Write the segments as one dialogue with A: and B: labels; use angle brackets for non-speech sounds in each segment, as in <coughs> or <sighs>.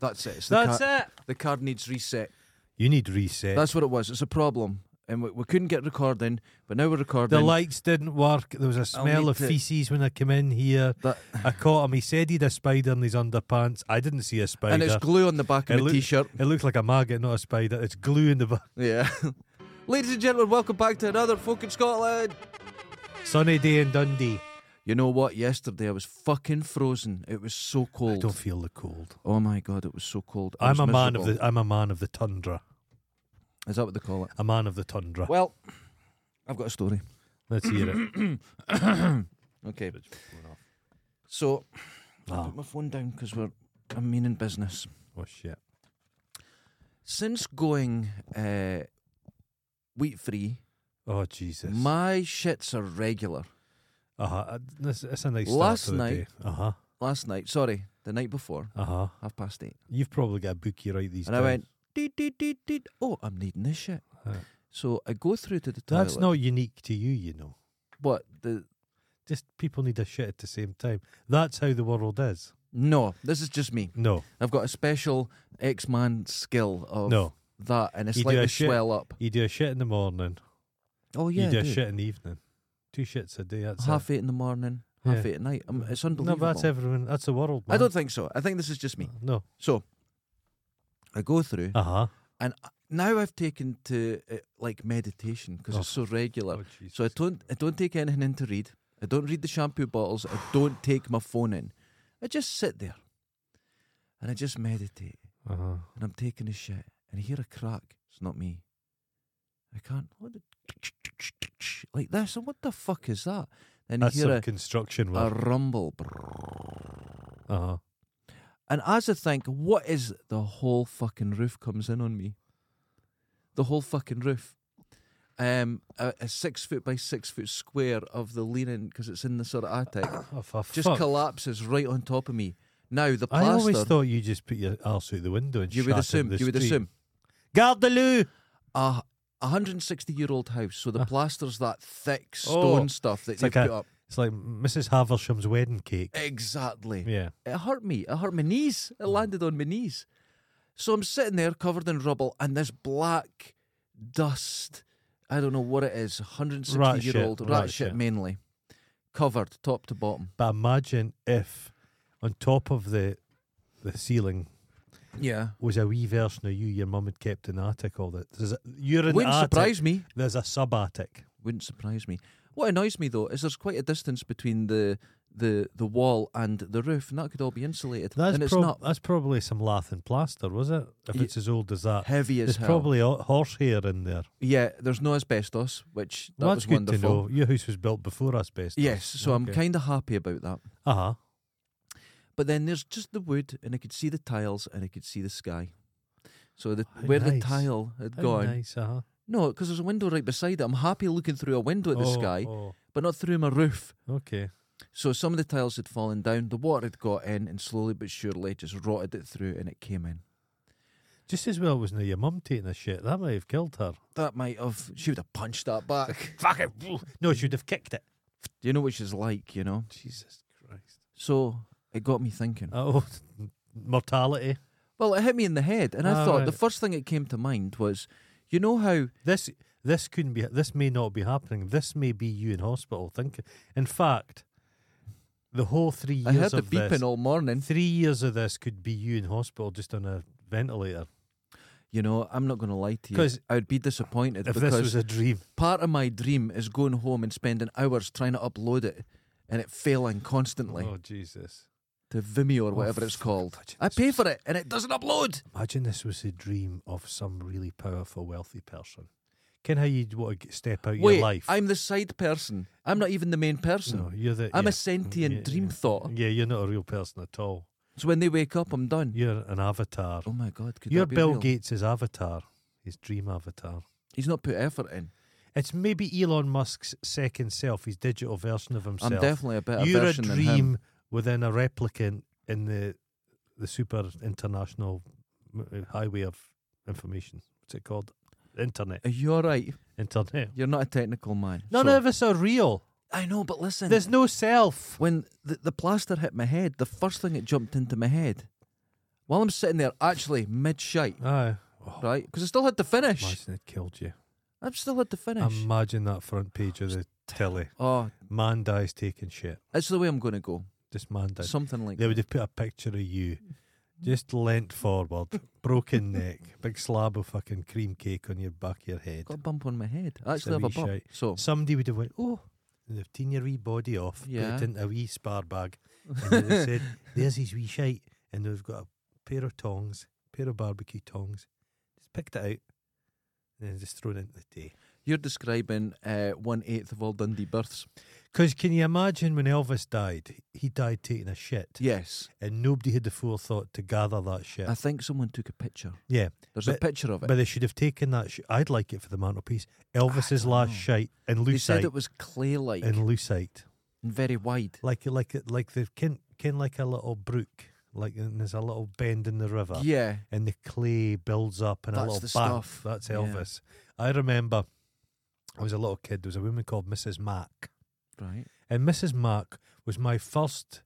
A: That's it. It's the
B: That's
A: card,
B: it.
A: The card needs reset.
C: You need reset.
A: That's what it was. It's a problem, and we, we couldn't get recording, but now we're recording.
C: the lights didn't work. There was a smell
A: need
C: of
A: to-
C: feces when I came in here.
A: That-
C: I caught him. He said he'd a spider in his underpants. I didn't see a spider.
A: and it's glue on the back of
C: It
A: the
C: look-
A: t-shirt.
C: It looks like a maggot, not a spider. It's glue in the back.
A: Yeah. <laughs> Ladies and gentlemen, welcome back to another fucking Scotland.
C: Sunny day in Dundee.
A: You know what? Yesterday I was fucking frozen. It was so
C: I don't
A: cold.
C: feel the cold.
A: Oh my god, it was so cold. I
C: I'm
A: was
C: a man of
A: miserable.
C: the. I'm a man of the tundra.
A: Is that what they call it?
C: A man of the tundra.
A: Well, I've got a story.
C: Let's hear
A: <clears throat>
C: it.
A: Okay. So, I
C: Ah.
A: put my phone down because we're. I mean, in business.
C: Oh shit.
A: Since going uh, wheat free,
C: Oh Jesus.
A: my shits are regular.
C: uh-huh. That's, that's a nice
A: Last
C: start to
A: night-
C: the day. Uh huh.
A: Last night, sorry, the night before,
C: Uh huh.
A: half past eight,
C: You've probably got a bookie right these
A: and I
C: days.
A: went. Deet, deet, deet, deet. Oh, I'm needing this shit.
C: Huh.
A: So I go through to the toilet.
C: That's not unique to you, you know.
A: what the
C: Just people need a shit at the same time. That's how the world is.
A: no. This is just me.
C: No,
A: I've got a special X-Man skill of
C: no.
A: that, and it's
C: You do
A: like
C: a
A: the
C: shit-
A: swell up.
C: You do a shit in the morning.
A: Oh yeah,
C: you do
A: I
C: a
A: do. Oh,
C: shit in the evening. Two shits a day. That's
A: half
C: it.
A: eight in the morning, half
C: Yeah.
A: eight at night. Um, it's
C: No,
A: unbelievable.
C: but that's everyone. That's the world. Man.
A: I don't think so. I think this is just me.
C: No.
A: So I go through,
C: Uh huh.
A: and I- now I've taken to uh, like meditation because it's so regular.
C: Oh, Jesus.
A: so I don't, I don't take anything in to read. I don't read the shampoo bottles. I don't take my phone in. I just sit there, and I just meditate.
C: Uh huh.
A: And I'm taking a shit, and I hear a crack. It's not me. I can't. What the, like this? And what the fuck is that? Then I
C: That's
A: hear
C: some
A: a,
C: construction
A: a
C: work.
A: rumble.
C: Uh huh.
A: And as I think, what is the whole fucking roof comes in on me? The whole fucking roof. Um, a, a six foot by six foot square of the leaning because it's in the sort of attic
C: Oh, for
A: just
C: fuck.
A: collapses right on top of me. Now the
C: I always
A: plaster,
C: thought you just put your arse out the window and
A: you
C: shot
A: would
C: in
A: assume,
C: the
A: you would
C: street.
A: assume,
C: Garde the loo.
A: a a hundred and sixty year old house, so the plaster's that thick
C: Ah. Oh,
A: stone stuff that
C: It's
A: they
C: like
A: put
C: a,
A: up.
C: It's like Mrs. Haversham's wedding cake.
A: Exactly.
C: Yeah.
A: It hurt me. It hurt my knees. It
C: Mm.
A: landed on my knees. So I'm sitting there covered in rubble and this black dust. I don't know what it is. 160
C: Rat
A: year
C: shit,
A: old rat,
C: rat
A: shit,
C: shit.
A: mainly. Covered top to bottom.
C: But imagine if on top of the the ceiling
A: Yeah.
C: was a wee version of you your mum had kept in the attic all that. There's a, you're in
A: Wouldn't
C: the attic.
A: surprise me.
C: There's a sub attic.
A: Wouldn't surprise me. What annoys me though is there's quite a distance between the the the wall and the roof, and that could all be insulated.
C: That's,
A: and it's
C: prob-
A: not
C: that's probably some lath and plaster, was it? If
A: Ye-
C: it's as old as that.
A: heavy as
C: There's
A: hell.
C: probably o- horsehair in there.
A: yeah, there's no asbestos, which that
C: Well,
A: was
C: that's good
A: wonderful.
C: to know. Your house was built before asbestos.
A: Yes, so I'm kind of happy about that.
C: Uh huh.
A: But then there's just the wood, and I could see the tiles, and I could see the sky. So the
C: How
A: where the
C: nice.
A: tile had gone,
C: Nice, uh huh.
A: no, because there's a window right beside it. I'm happy looking through a window at the sky,
C: Oh,
A: but not through my roof.
C: okay.
A: So some of the tiles had fallen down, the water had got in, and slowly but surely just rotted it through, and it came in.
C: Just as well it was now your mum taking a shit. That might have killed her.
A: That might have she would have punched that back. <laughs>
C: Fuck it. No, she'd have kicked it.
A: Do you know what she's like? You know.
C: Jesus Christ.
A: So it got me thinking.
C: Oh, <laughs> mortality.
A: Well, it hit me in the head, and I
C: Ah,
A: thought
C: right.
A: the first thing that came to mind was, you know how
C: This this couldn't be. This may not be happening. This may be you in hospital thinking. In fact, the whole three years
A: I heard the
C: of
A: beeping
C: this,
A: all morning.
C: three years of this could be you in hospital just on a ventilator.
A: You know, I'm not going to lie to you.
C: 'Cause
A: I would be disappointed
C: If this
A: because
C: was a dream,
A: part of my dream is going home and spending hours trying to upload it and it failing constantly
C: oh Jesus!
A: to Vimeo or whatever it's
C: fuck,
A: called.
C: imagine
A: I
C: this
A: pay for it and it doesn't upload.
C: Imagine this was a dream of some really powerful, wealthy person. Ken, how you'd want to step out
A: Wait,
C: your life?
A: I'm the side person. I'm not even the main person.
C: no, you're the.
A: I'm
C: yeah.
A: a sentient
C: Yeah,
A: dream
C: yeah.
A: thought.
C: Yeah, you're not a real person at all.
A: So when they wake up, I'm done.
C: You're an avatar.
A: Oh my God, could
C: You're
A: that be
C: Bill
A: real?
C: Gates' avatar, his dream avatar.
A: He's not put effort in.
C: It's maybe Elon Musk's second self, his digital version of himself.
A: I'm definitely a better
C: You're a
A: version
C: dream
A: than him.
C: within a replicant in the the super international m- uh, highway of information. What's it called? Internet.
A: Are you all right?
C: Internet.
A: You're not a technical man.
C: None
A: So-
C: of us are real.
A: I know, but listen.
C: There's no self.
A: when the, the plaster hit my head, the first thing that jumped into my head While I'm sitting there, actually mid shite,
C: Aye. Oh,
A: right? Because I still had to finish.
C: Imagine it killed you.
A: I still had to finish.
C: Imagine that front page of the telly.
A: oh,
C: Man dies taking shit.
A: it's the way I'm going to go.
C: Just man dies.
A: Something like
C: They would have put a picture of you, just leant forward, broken neck, big slab of fucking cream cake on your back of your head.
A: got a bump on my head. I
C: It's
A: actually
C: a
A: have a
C: wee
A: bump.
C: shite.
A: So
C: Somebody would have went, oh, and they've taken your wee body off,
A: Yeah.
C: put it into a wee spar bag, and they'd have said, there's his wee shite, and they've got a pair of tongs, pair of barbecue tongs, just picked it out, and then just thrown it into the tea.
A: you're describing uh, one eighth of all Dundee births.
C: Because can you imagine when Elvis died, he died taking a shit,
A: Yes,
C: and nobody had the forethought to gather that shit.
A: I think someone took a picture.
C: yeah,
A: There's a
C: But-
A: picture of it.
C: But they should have taken that. Sh- I'd like it for the mantelpiece. Elvis's
A: don't
C: last
A: know.
C: shite and
A: they said
C: lucite
A: it was clay-like
C: and
A: and,
C: lucite,
A: very wide.
C: like like like the kin, kin like a little brook, like and there's a little bend in the river,
A: Yeah,
C: and the clay builds up and a
A: That's
C: little
A: the
C: bath.
A: stuff.
C: That's
A: Yeah.
C: Elvis. I remember I was a little kid. There was a woman called Mrs. Mack,
A: right.
C: and Mrs. Mack was my first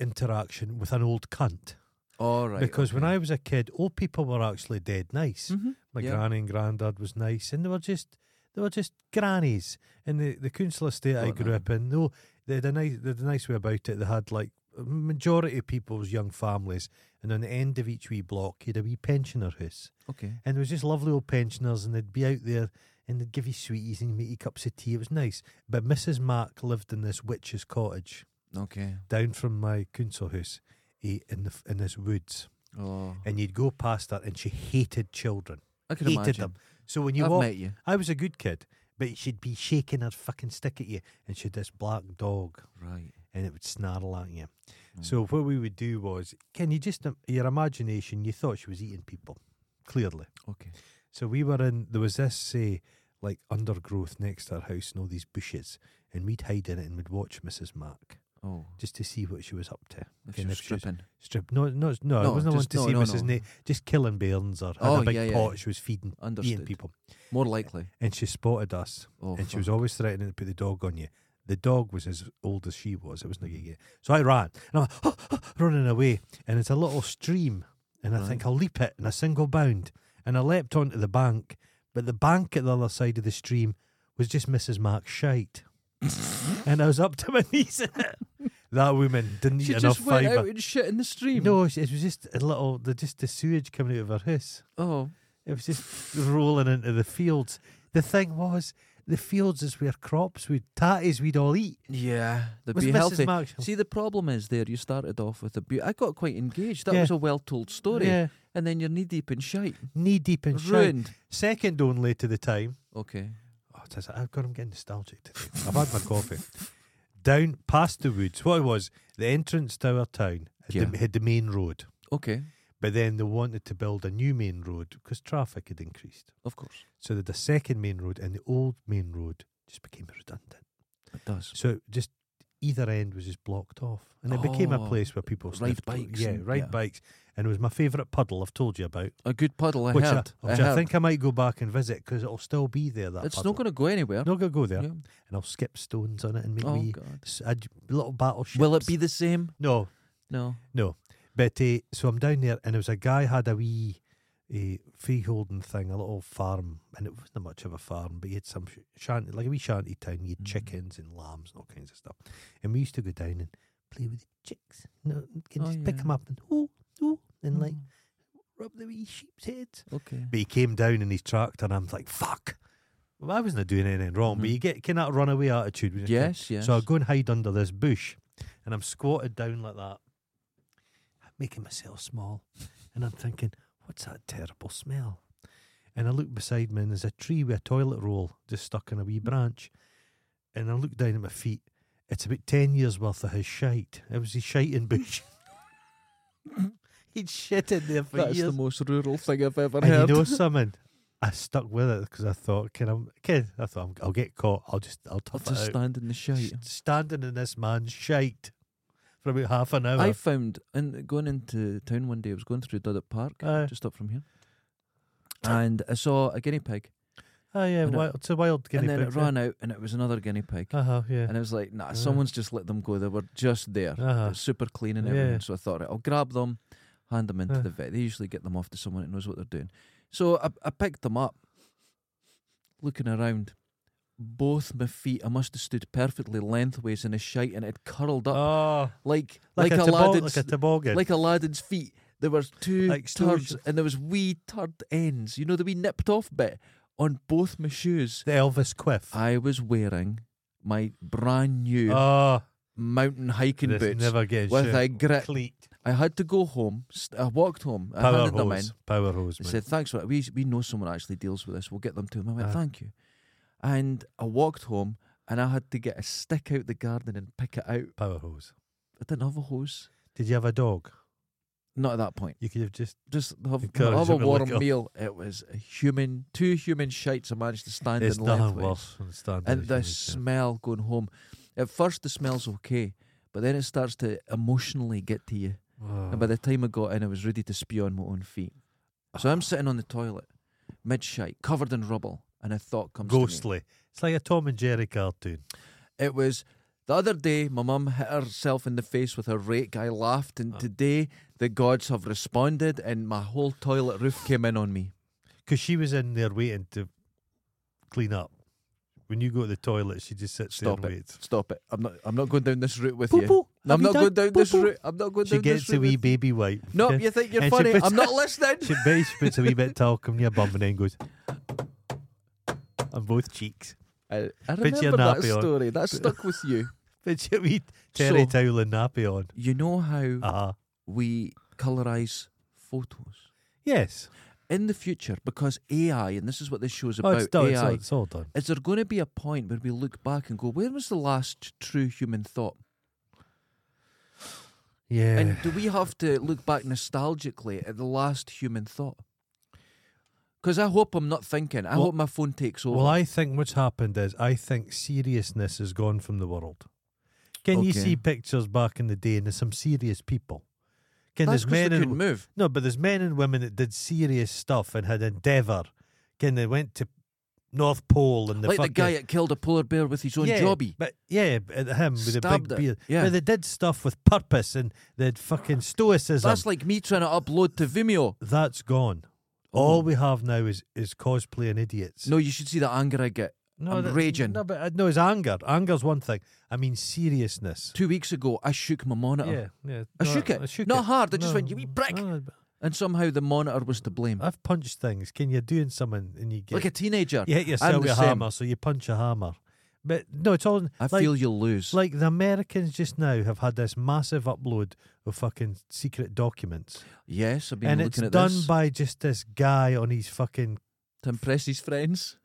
C: interaction with an old cunt
A: All right.
C: because when I was a kid, old people were actually dead nice.
A: hmm
C: My
A: Yeah.
C: granny and granddad was nice, and they were just they were just grannies. And the the council estate I
A: Don't know
C: grew up in, no, they had a nice they had a nice way about it. They had like a majority of people's young families, and on the end of each wee block, you had a wee pensioner house,
A: okay.
C: and there was just lovely old pensioners, and they'd be out there. And they'd give you sweeties and make you cups of tea. It was nice. But Mrs. Mack lived in this witch's cottage
A: Okay.
C: down from my council house eh, in the f- in this woods.
A: Oh,
C: And you'd go past her and she hated children.
A: I can
C: hated
A: imagine.
C: them. So when you
A: I've
C: walk
A: met you.
C: I was a good kid, but she'd be shaking her fucking stick at you, and she'd this black dog,
A: Right. Oh.
C: and it would snarl at you.
A: Mm.
C: So what we would do was, can you just im- your imagination? You thought she was eating people, clearly.
A: Okay.
C: So we were in. There was this say like undergrowth next to our house, and all these bushes, and we'd hide in it and we'd watch Mrs. Mack
A: Oh,
C: just to see what she was up to.
A: if
C: Okay,
A: you're
C: if she's-
A: stripping.
C: Strip? No, no, no. I
A: No,
C: wasn't
A: just-
C: wanting to
A: no,
C: see
A: no,
C: Mrs.
A: no.
C: Na- just killing bairns or had
A: Oh,
C: a big
A: yeah, yeah,
C: pot
A: yeah.
C: she was feeding, eating
A: Understood.
C: people,
A: More likely.
C: and she spotted us
A: Oh,
C: E and she was
A: fuck.
C: always threatening to put the dog on you. The dog was as old as she was. It was not going to get. So I ran, and I'm like, running away, and it's a little stream, and I
A: Right.
C: think I'll leap it in a single bound, and I leapt onto the bank, but the bank at the other side of the stream was just Mrs. Mark's shite,
A: <laughs>
C: and I was up to my <laughs> knees in it. That woman didn't
A: She
C: eat enough
A: just went out
C: fibre.
A: and shit in the stream.
C: No, it was just a little. The, just the sewage coming out of her house.
A: Oh,
C: It was just rolling into the fields. The thing was, the fields is where crops would tatties we'd all eat.
A: yeah. They'd
C: Was
A: be
C: Mrs.
A: healthy.
C: Marshall?
A: See, the problem is there, you started off with a be- I got quite engaged. That
C: Yeah.
A: was a well told story.
C: Yeah,
A: And then you're knee deep in shite.
C: knee deep in shit.
A: Ruined.
C: Second only to the time.
A: Okay.
C: Oh, does it- I've got. I'm getting nostalgic today.
A: <laughs>
C: I've had my coffee. Down past the woods. What it was the entrance to our town had,
A: Yeah.
C: the, had the main road,
A: Okay.
C: but then they wanted to build a new main road because traffic had increased.
A: Of course.
C: So they had a second main road, and the old main road just became redundant.
A: It does.
C: So just either end was just blocked off, and it became a
A: Oh,
C: place where people
A: ride
C: sniffed po-
A: bikes
C: Yeah,
A: and-
C: ride
A: yeah.
C: bikes, and it was my favourite puddle I've told you about,
A: A good puddle, I
C: which,
A: heard.
C: I, which
A: I,
C: I,
A: heard.
C: think I might go back and visit because it'll still be there. That
A: it's
C: puddle.
A: not going to go anywhere.
C: Not gonna go there,
A: Yeah.
C: and I'll skip stones on it and make
A: Oh,
C: wee
A: God.
C: s- ad- little battleships.
A: Will it be the same?
C: No,
A: No.
C: no. But uh, so I'm down there, and there was a guy had a wee. A freeholding thing, a little farm, and it wasn't much of a farm, but he had some sh- shanty, like a wee shanty town. He had
A: Mhm.
C: chickens and lambs and all kinds of stuff. And we used to go down and play with the chicks. No, can
A: Oh,
C: just pick
A: yeah. Mm.
C: them up and ooh, ooh, and like rub the wee sheep's heads.
A: Hmm. Okay.
C: But he came down in his tractor, and I'm like, fuck. Well, I wasn't doing anything wrong, but
A: Mhm.
C: you get can that runaway attitude. when you're a kid.
A: Yes, yes.
C: So I go and hide under this bush, and I'm squatted down like that, making myself small, and I'm thinking, what's that terrible smell? And I look beside me, and there's a tree with a toilet roll just stuck in a
A: Hmm.
C: wee branch, and I look down at my feet. It's about ten years worth of his shite. It was his
A: <laughs>
C: shiting bush. He'd shit in there for
A: That's
C: years.
A: the most rural thing I've ever
C: And
A: heard. <laughs>
C: you know something? I stuck with it because I thought, can I? Can I thought I'm, I'll get caught. I'll just I'll
A: I'll
C: tough it
A: just
C: out
A: stand in the shade.
C: st- standing in this man's shite for about half an hour.
A: I found, and going into town one day, I was going through Duddock Park,
C: Aye.
A: just up from here, and I saw a guinea pig,
C: oh yeah,
A: and it-
C: wild, it's a wild guinea
A: uh, and then
C: pig.
A: it ran out, and it was another guinea pig,
C: Uh huh. Yeah.
A: and I was like, nah,
C: Aye.
A: someone's just let them go. They were just there,
C: Uh-huh.
A: uh, super clean and
C: Yeah.
A: everything. So I thought, right, I'll grab them, hand them into
C: Yeah.
A: the vet. They usually get them off to someone that knows what they're doing. So I, I picked them up, looking around. Both my feet, I must have stood perfectly lengthways in a shite, and it curled up
C: Oh,
A: like
C: like,
A: like,
C: a, tobog-
A: Aladdin's
C: like a toboggan.
A: like Aladdin's feet. There were two
C: Like
A: turds,
C: sturgeon.
A: and there was wee turd ends. You know the wee nipped off bit on both my shoes.
C: the Elvis quiff.
A: I was wearing my brand new
C: oh,
A: mountain hiking
C: this
A: boots
C: never gets
A: with
C: you.
A: a grip.
C: Cleat.
A: I had to go home. St- I walked home. I
C: Power
A: handed them in.
C: hose. Power hose,
A: I
C: man.
A: said, "Thanks for that. We we know someone actually deals with this. We'll get them to him." I went,
C: Uh.
A: "Thank you," and I walked home. And I had to get a stick out the garden and pick it out.
C: Power hose.
A: I didn't have a hose.
C: Did you have a dog?
A: Not at that point.
C: You could have just.
A: just have,
C: Encourage
A: have a
C: them to
A: warm
C: lick up.
A: meal. It was a human, two human shites I managed to stand
C: It's
A: in
C: nothing
A: lengthways.
C: worse than standing.
A: And
C: as
A: the
C: you need
A: smell going home. At first, the smell's okay, but then it starts to emotionally get to you.
C: to. Oh.
A: And by the time I got in, I was ready to spew on my own feet. So I'm sitting on the toilet, mid shite, covered in rubble, and a thought comes to me.
C: ghostly. It's like a Tom and Jerry cartoon.
A: It was the other day my mum hit herself in the face with a rake. I laughed, and
C: Oh.
A: today the gods have responded, and my whole toilet roof came in on me.
C: Because she was in there waiting to clean up. When you go to the toilet, she just sits
A: Stop
C: there
A: it.
C: and waits.
A: Stop it. I'm not I'm not going down this route with you.
C: Poo-poo.
A: No, I'm
C: Have
A: not
C: you
A: going
C: done
A: down this
C: poo-poo?
A: route. I'm not going
C: She
A: down
C: gets
A: this
C: a
A: rough
C: wee
A: route.
C: baby wipe.
A: No,
C: Okay?
A: you think you're
C: <laughs> And she
A: funny.
C: puts-
A: I'm not listening.
C: <laughs> She basically puts a wee bit of talcum near bum and then goes on both cheeks.
A: I, I
C: Put your
A: remember that
C: nappy on.
A: story. That stuck with
C: <laughs>
A: you.
C: Puts a wee terry
A: So-
C: towel and nappy on.
A: You know how
C: Uh-huh.
A: we colorize photos
C: Yes.
A: in the future because AI, and this is what this show's
C: Oh,
A: about.
C: it's done. It's
A: AI.
C: all, it's all done.
A: Is there going to be a point where we look back and go, where was the last true human thought?
C: Yeah.
A: And do we have to look back nostalgically at the last human thought? Because I hope I'm not thinking. I
C: Well-
A: hope my phone takes over.
C: well, I think what's happened is I think seriousness has gone from the world. Can you
A: Okay.
C: see pictures back in the day and there's some serious people? Can
A: That's
C: there's
A: 'cause
C: men
A: we
C: and
A: couldn't move.
C: No, but there's men and women that did serious stuff and had endeavour. Again, they went to North Pole and the
A: like the
C: fucking-
A: guy that killed a polar bear with his own
C: yeah,
A: jobby.
C: But yeah, but him with a
A: Stabbed
C: big
A: it,
C: beard.
A: yeah.
C: But they did stuff with purpose and they had fucking stoicism.
A: That's
C: That's,
A: like me trying to upload to Vimeo.
C: gone. All we have now is is cosplay and idiots.
A: No, you should see the anger I get. I'm
C: that-
A: raging.
C: No, but uh, no, it's anger. Anger's one thing. I mean seriousness.
A: Two weeks ago, I shook my monitor,
C: Yeah, yeah.
A: I shook it.
C: I shook
A: Not
C: it.
A: hard, I just went, "You wee prick."
C: no, but
A: and somehow the monitor was to blame.
C: I've punched things. Can you doing something and you get
A: Like a teenager.
C: You hit yourself
A: I'm
C: with
A: the
C: a
A: same.
C: hammer, so you punch a hammer. But no, it's all
A: I
C: like,
A: feel you'll lose.
C: like the Americans just now have had this massive upload of fucking secret documents,
A: yes, I've been
C: and it's
A: looking at
C: done
A: this
C: by just this guy on his fucking.
A: to impress his friends.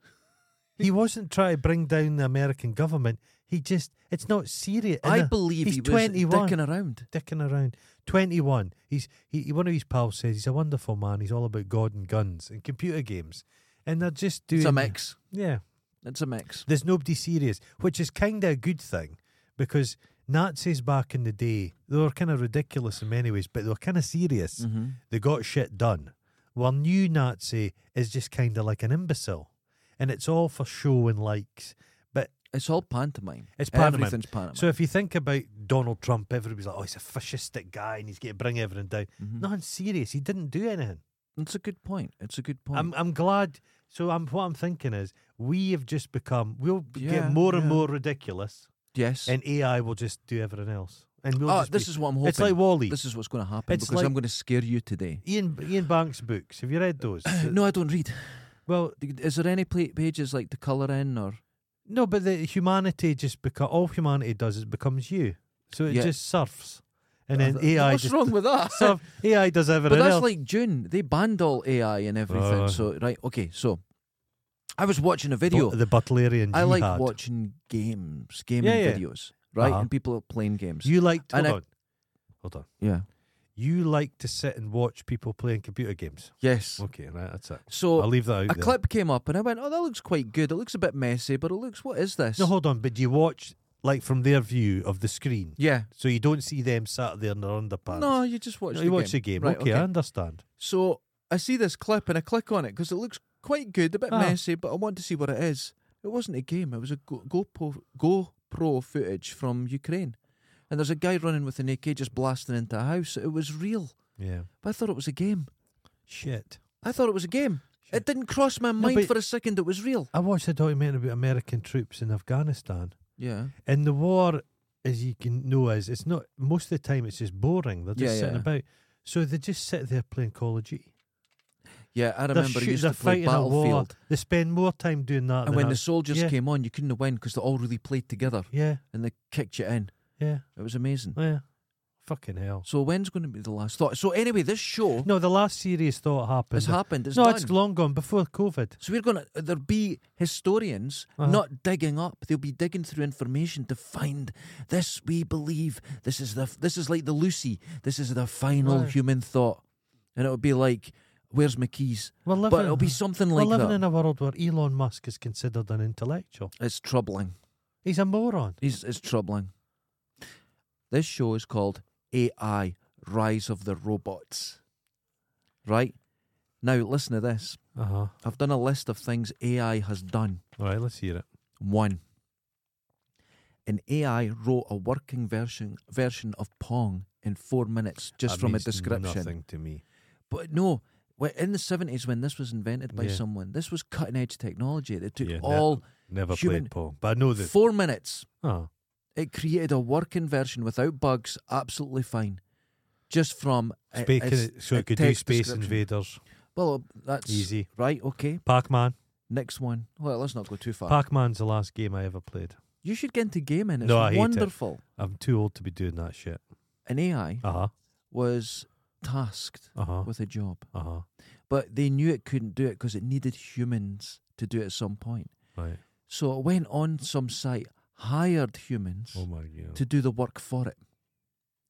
C: He wasn't trying to bring down the American government. He just, it's not serious. And
A: I
C: the-
A: believe
C: he's
A: he was
C: 21.
A: dicking around.
C: dicking around. Twenty-one. He's he, he. One of his pals says he's a wonderful man. He's all about God and guns and computer games, and they're just doing.
A: It's a mix.
C: Yeah.
A: It's a mix.
C: There's nobody serious, which is kind of a good thing because Nazis back in the day, they were kind of ridiculous in many ways, but they were kind of serious.
A: Mhm.
C: They got shit done. Well, new Nazi is just kind of like an imbecile and it's all for show and likes. But
A: It's all pantomime.
C: It's pantomime.
A: Everything's pantomime.
C: so if you think about Donald Trump, everybody's like, oh, he's a fascistic guy and he's going to bring everything down.
A: Mhm.
C: No, I'm serious. He didn't do anything.
A: It's a good point. It's a good point.
C: I'm, I'm glad. So I'm what I'm thinking is we have just become, we'll
A: Yeah,
C: get more and
A: yeah.
C: more ridiculous.
A: yes.
C: and AI will just do everything else. And we'll
A: oh,
C: just
A: this
C: be-
A: is what I'm hoping.
C: It's like Wally.
A: This is what's going to happen
C: It's
A: because
C: like-
A: I'm going to scare you today.
C: Ian Ian Banks books. Have you read those?
A: Uh, <clears throat> No, I don't read.
C: Well,
A: Is there any pla- pages like to colour in or?
C: no, but the humanity just become all humanity does is becomes you. So it
A: Yeah.
C: just surfs, and then
A: Uh,
C: AI
A: What's
C: just
A: wrong with that?
C: surf, AI does
A: but
C: everything
A: that's
C: else.
A: like June. They banned all AI and everything.
C: Oh.
A: so right, okay. So I was watching a
C: Bu-
A: video.
C: the Butlerian
A: I like
C: jihad.
A: watching games, gaming
C: Yeah, yeah.
A: videos, right?
C: Uh-huh.
A: And people are playing games.
C: You like
A: and
C: hold
A: I-
C: on, hold on.
A: yeah.
C: You like to sit and watch people playing computer games.
A: Yes.
C: Okay, right, that's it.
A: So
C: I'll leave that out.
A: a
C: there.
A: clip came up and I went, "Oh, that looks quite good. It looks a bit messy, but it looks. What is this?
C: No, hold on. But do you watch like from their view of the screen,
A: yeah.
C: so you don't see them sat there in their underpants.
A: No, you just watch.
C: No,
A: the
C: you
A: game.
C: watch the game.
A: Right,
C: okay, I understand.
A: So I see this clip and I click on it because it looks quite good, a bit
C: Ah.
A: messy, but I want to see what it is. It wasn't a game, it was a Go- GoPro, GoPro footage from Ukraine. And there's a guy running with an AK just blasting into a house. It was real.
C: Yeah.
A: But I thought it was a game.
C: Shit.
A: I thought it was a game.
C: Shit.
A: It didn't cross my mind
C: but-
A: for a second it was real.
C: I watched a documentary about American troops in Afghanistan.
A: Yeah.
C: And the war, as you can know, is it's not most of the time it's just boring. They're just
A: Yeah,
C: sitting
A: yeah.
C: about. So they just sit there playing Call of Duty.
A: Yeah, I
C: They're
A: remember
C: shoot-
A: you used
C: they're
A: to play
C: fighting at war.
A: Battlefield.
C: They spend more time doing that.
A: And
C: than
A: when
C: I-
A: the soldiers
C: yeah.
A: came on, you couldn't win because they all really played together
C: yeah,
A: and they kicked you in.
C: yeah,
A: It was amazing.
C: yeah, fucking hell.
A: So when's going to be the last thought? So anyway, this show
C: No, the last serious thought happened.
A: has happened. It's
C: no,
A: done.
C: it's long gone before COVID.
A: So we're gonna there be historians
C: Uh-huh.
A: not digging up. They'll be digging through information to find this. We believe this is the this is like the Lucy. This is the final
C: Right.
A: human thought, and it'll be like, "Where's my keys?"
C: We're living.
A: But it'll be something
C: we're
A: like
C: living
A: that.
C: in a world where Elon Musk is considered an intellectual.
A: it's troubling.
C: He's a moron.
A: It's, it's troubling. This show is called AI: Rise of the Robots. Right now, listen to this.
C: Uh huh.
A: I've done a list of things AI has done.
C: All right, let's hear it.
A: One. An AI wrote a working version version of Pong in four minutes, just
C: That
A: from a
C: means
A: description.
C: Nothing to me.
A: But no, wh- in the seventies when this was invented by
C: Yeah.
A: someone, this was cutting edge technology. They took
C: Yeah, ne-
A: all
C: Never
A: Human-
C: played Pong, but I know that.
A: four minutes.
C: Oh,
A: It created a working version without bugs, absolutely fine, just from a-
C: space,
A: a s-
C: so
A: a
C: it could do
A: text
C: Space
A: description.
C: Invaders.
A: Well, that's
C: Easy.
A: right. Okay,
C: Pac Man.
A: next one. Well, let's not go too far.
C: Pac Man's the last game I ever played.
A: you should get into gaming. It's
C: No, I hate it.
A: wonderful.
C: I'm too old to be doing that shit.
A: An AI
C: Uh huh.
A: was tasked
C: Uh huh.
A: with a job.
C: Uh huh.
A: But they knew it couldn't do it because it needed humans to do it at some point.
C: Right.
A: So it went on some site, hired humans
C: Oh my god.
A: to do the work for it.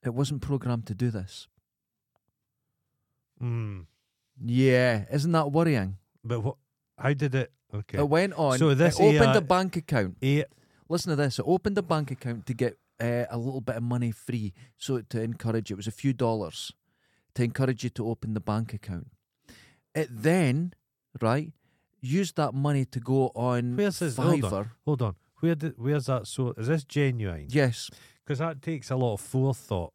A: It wasn't programmed to do this.
C: Mm.
A: Yeah, isn't that worrying?
C: But what? How did it? Okay. Eh,
A: It went on.
C: So this
A: it opened
C: AI
A: a bank account.
C: Eight.
A: Listen to this. It opened a bank account to get uh, a little bit of money free, so to encourage it was a few dollars to encourage you to open the bank account. It then, right, used that money to go on
C: Where's this? Hold on.
A: Fiverr.
C: Hold on. Where did? Where's that? So is this genuine?
A: Yes.
C: Because that takes a lot of forethought.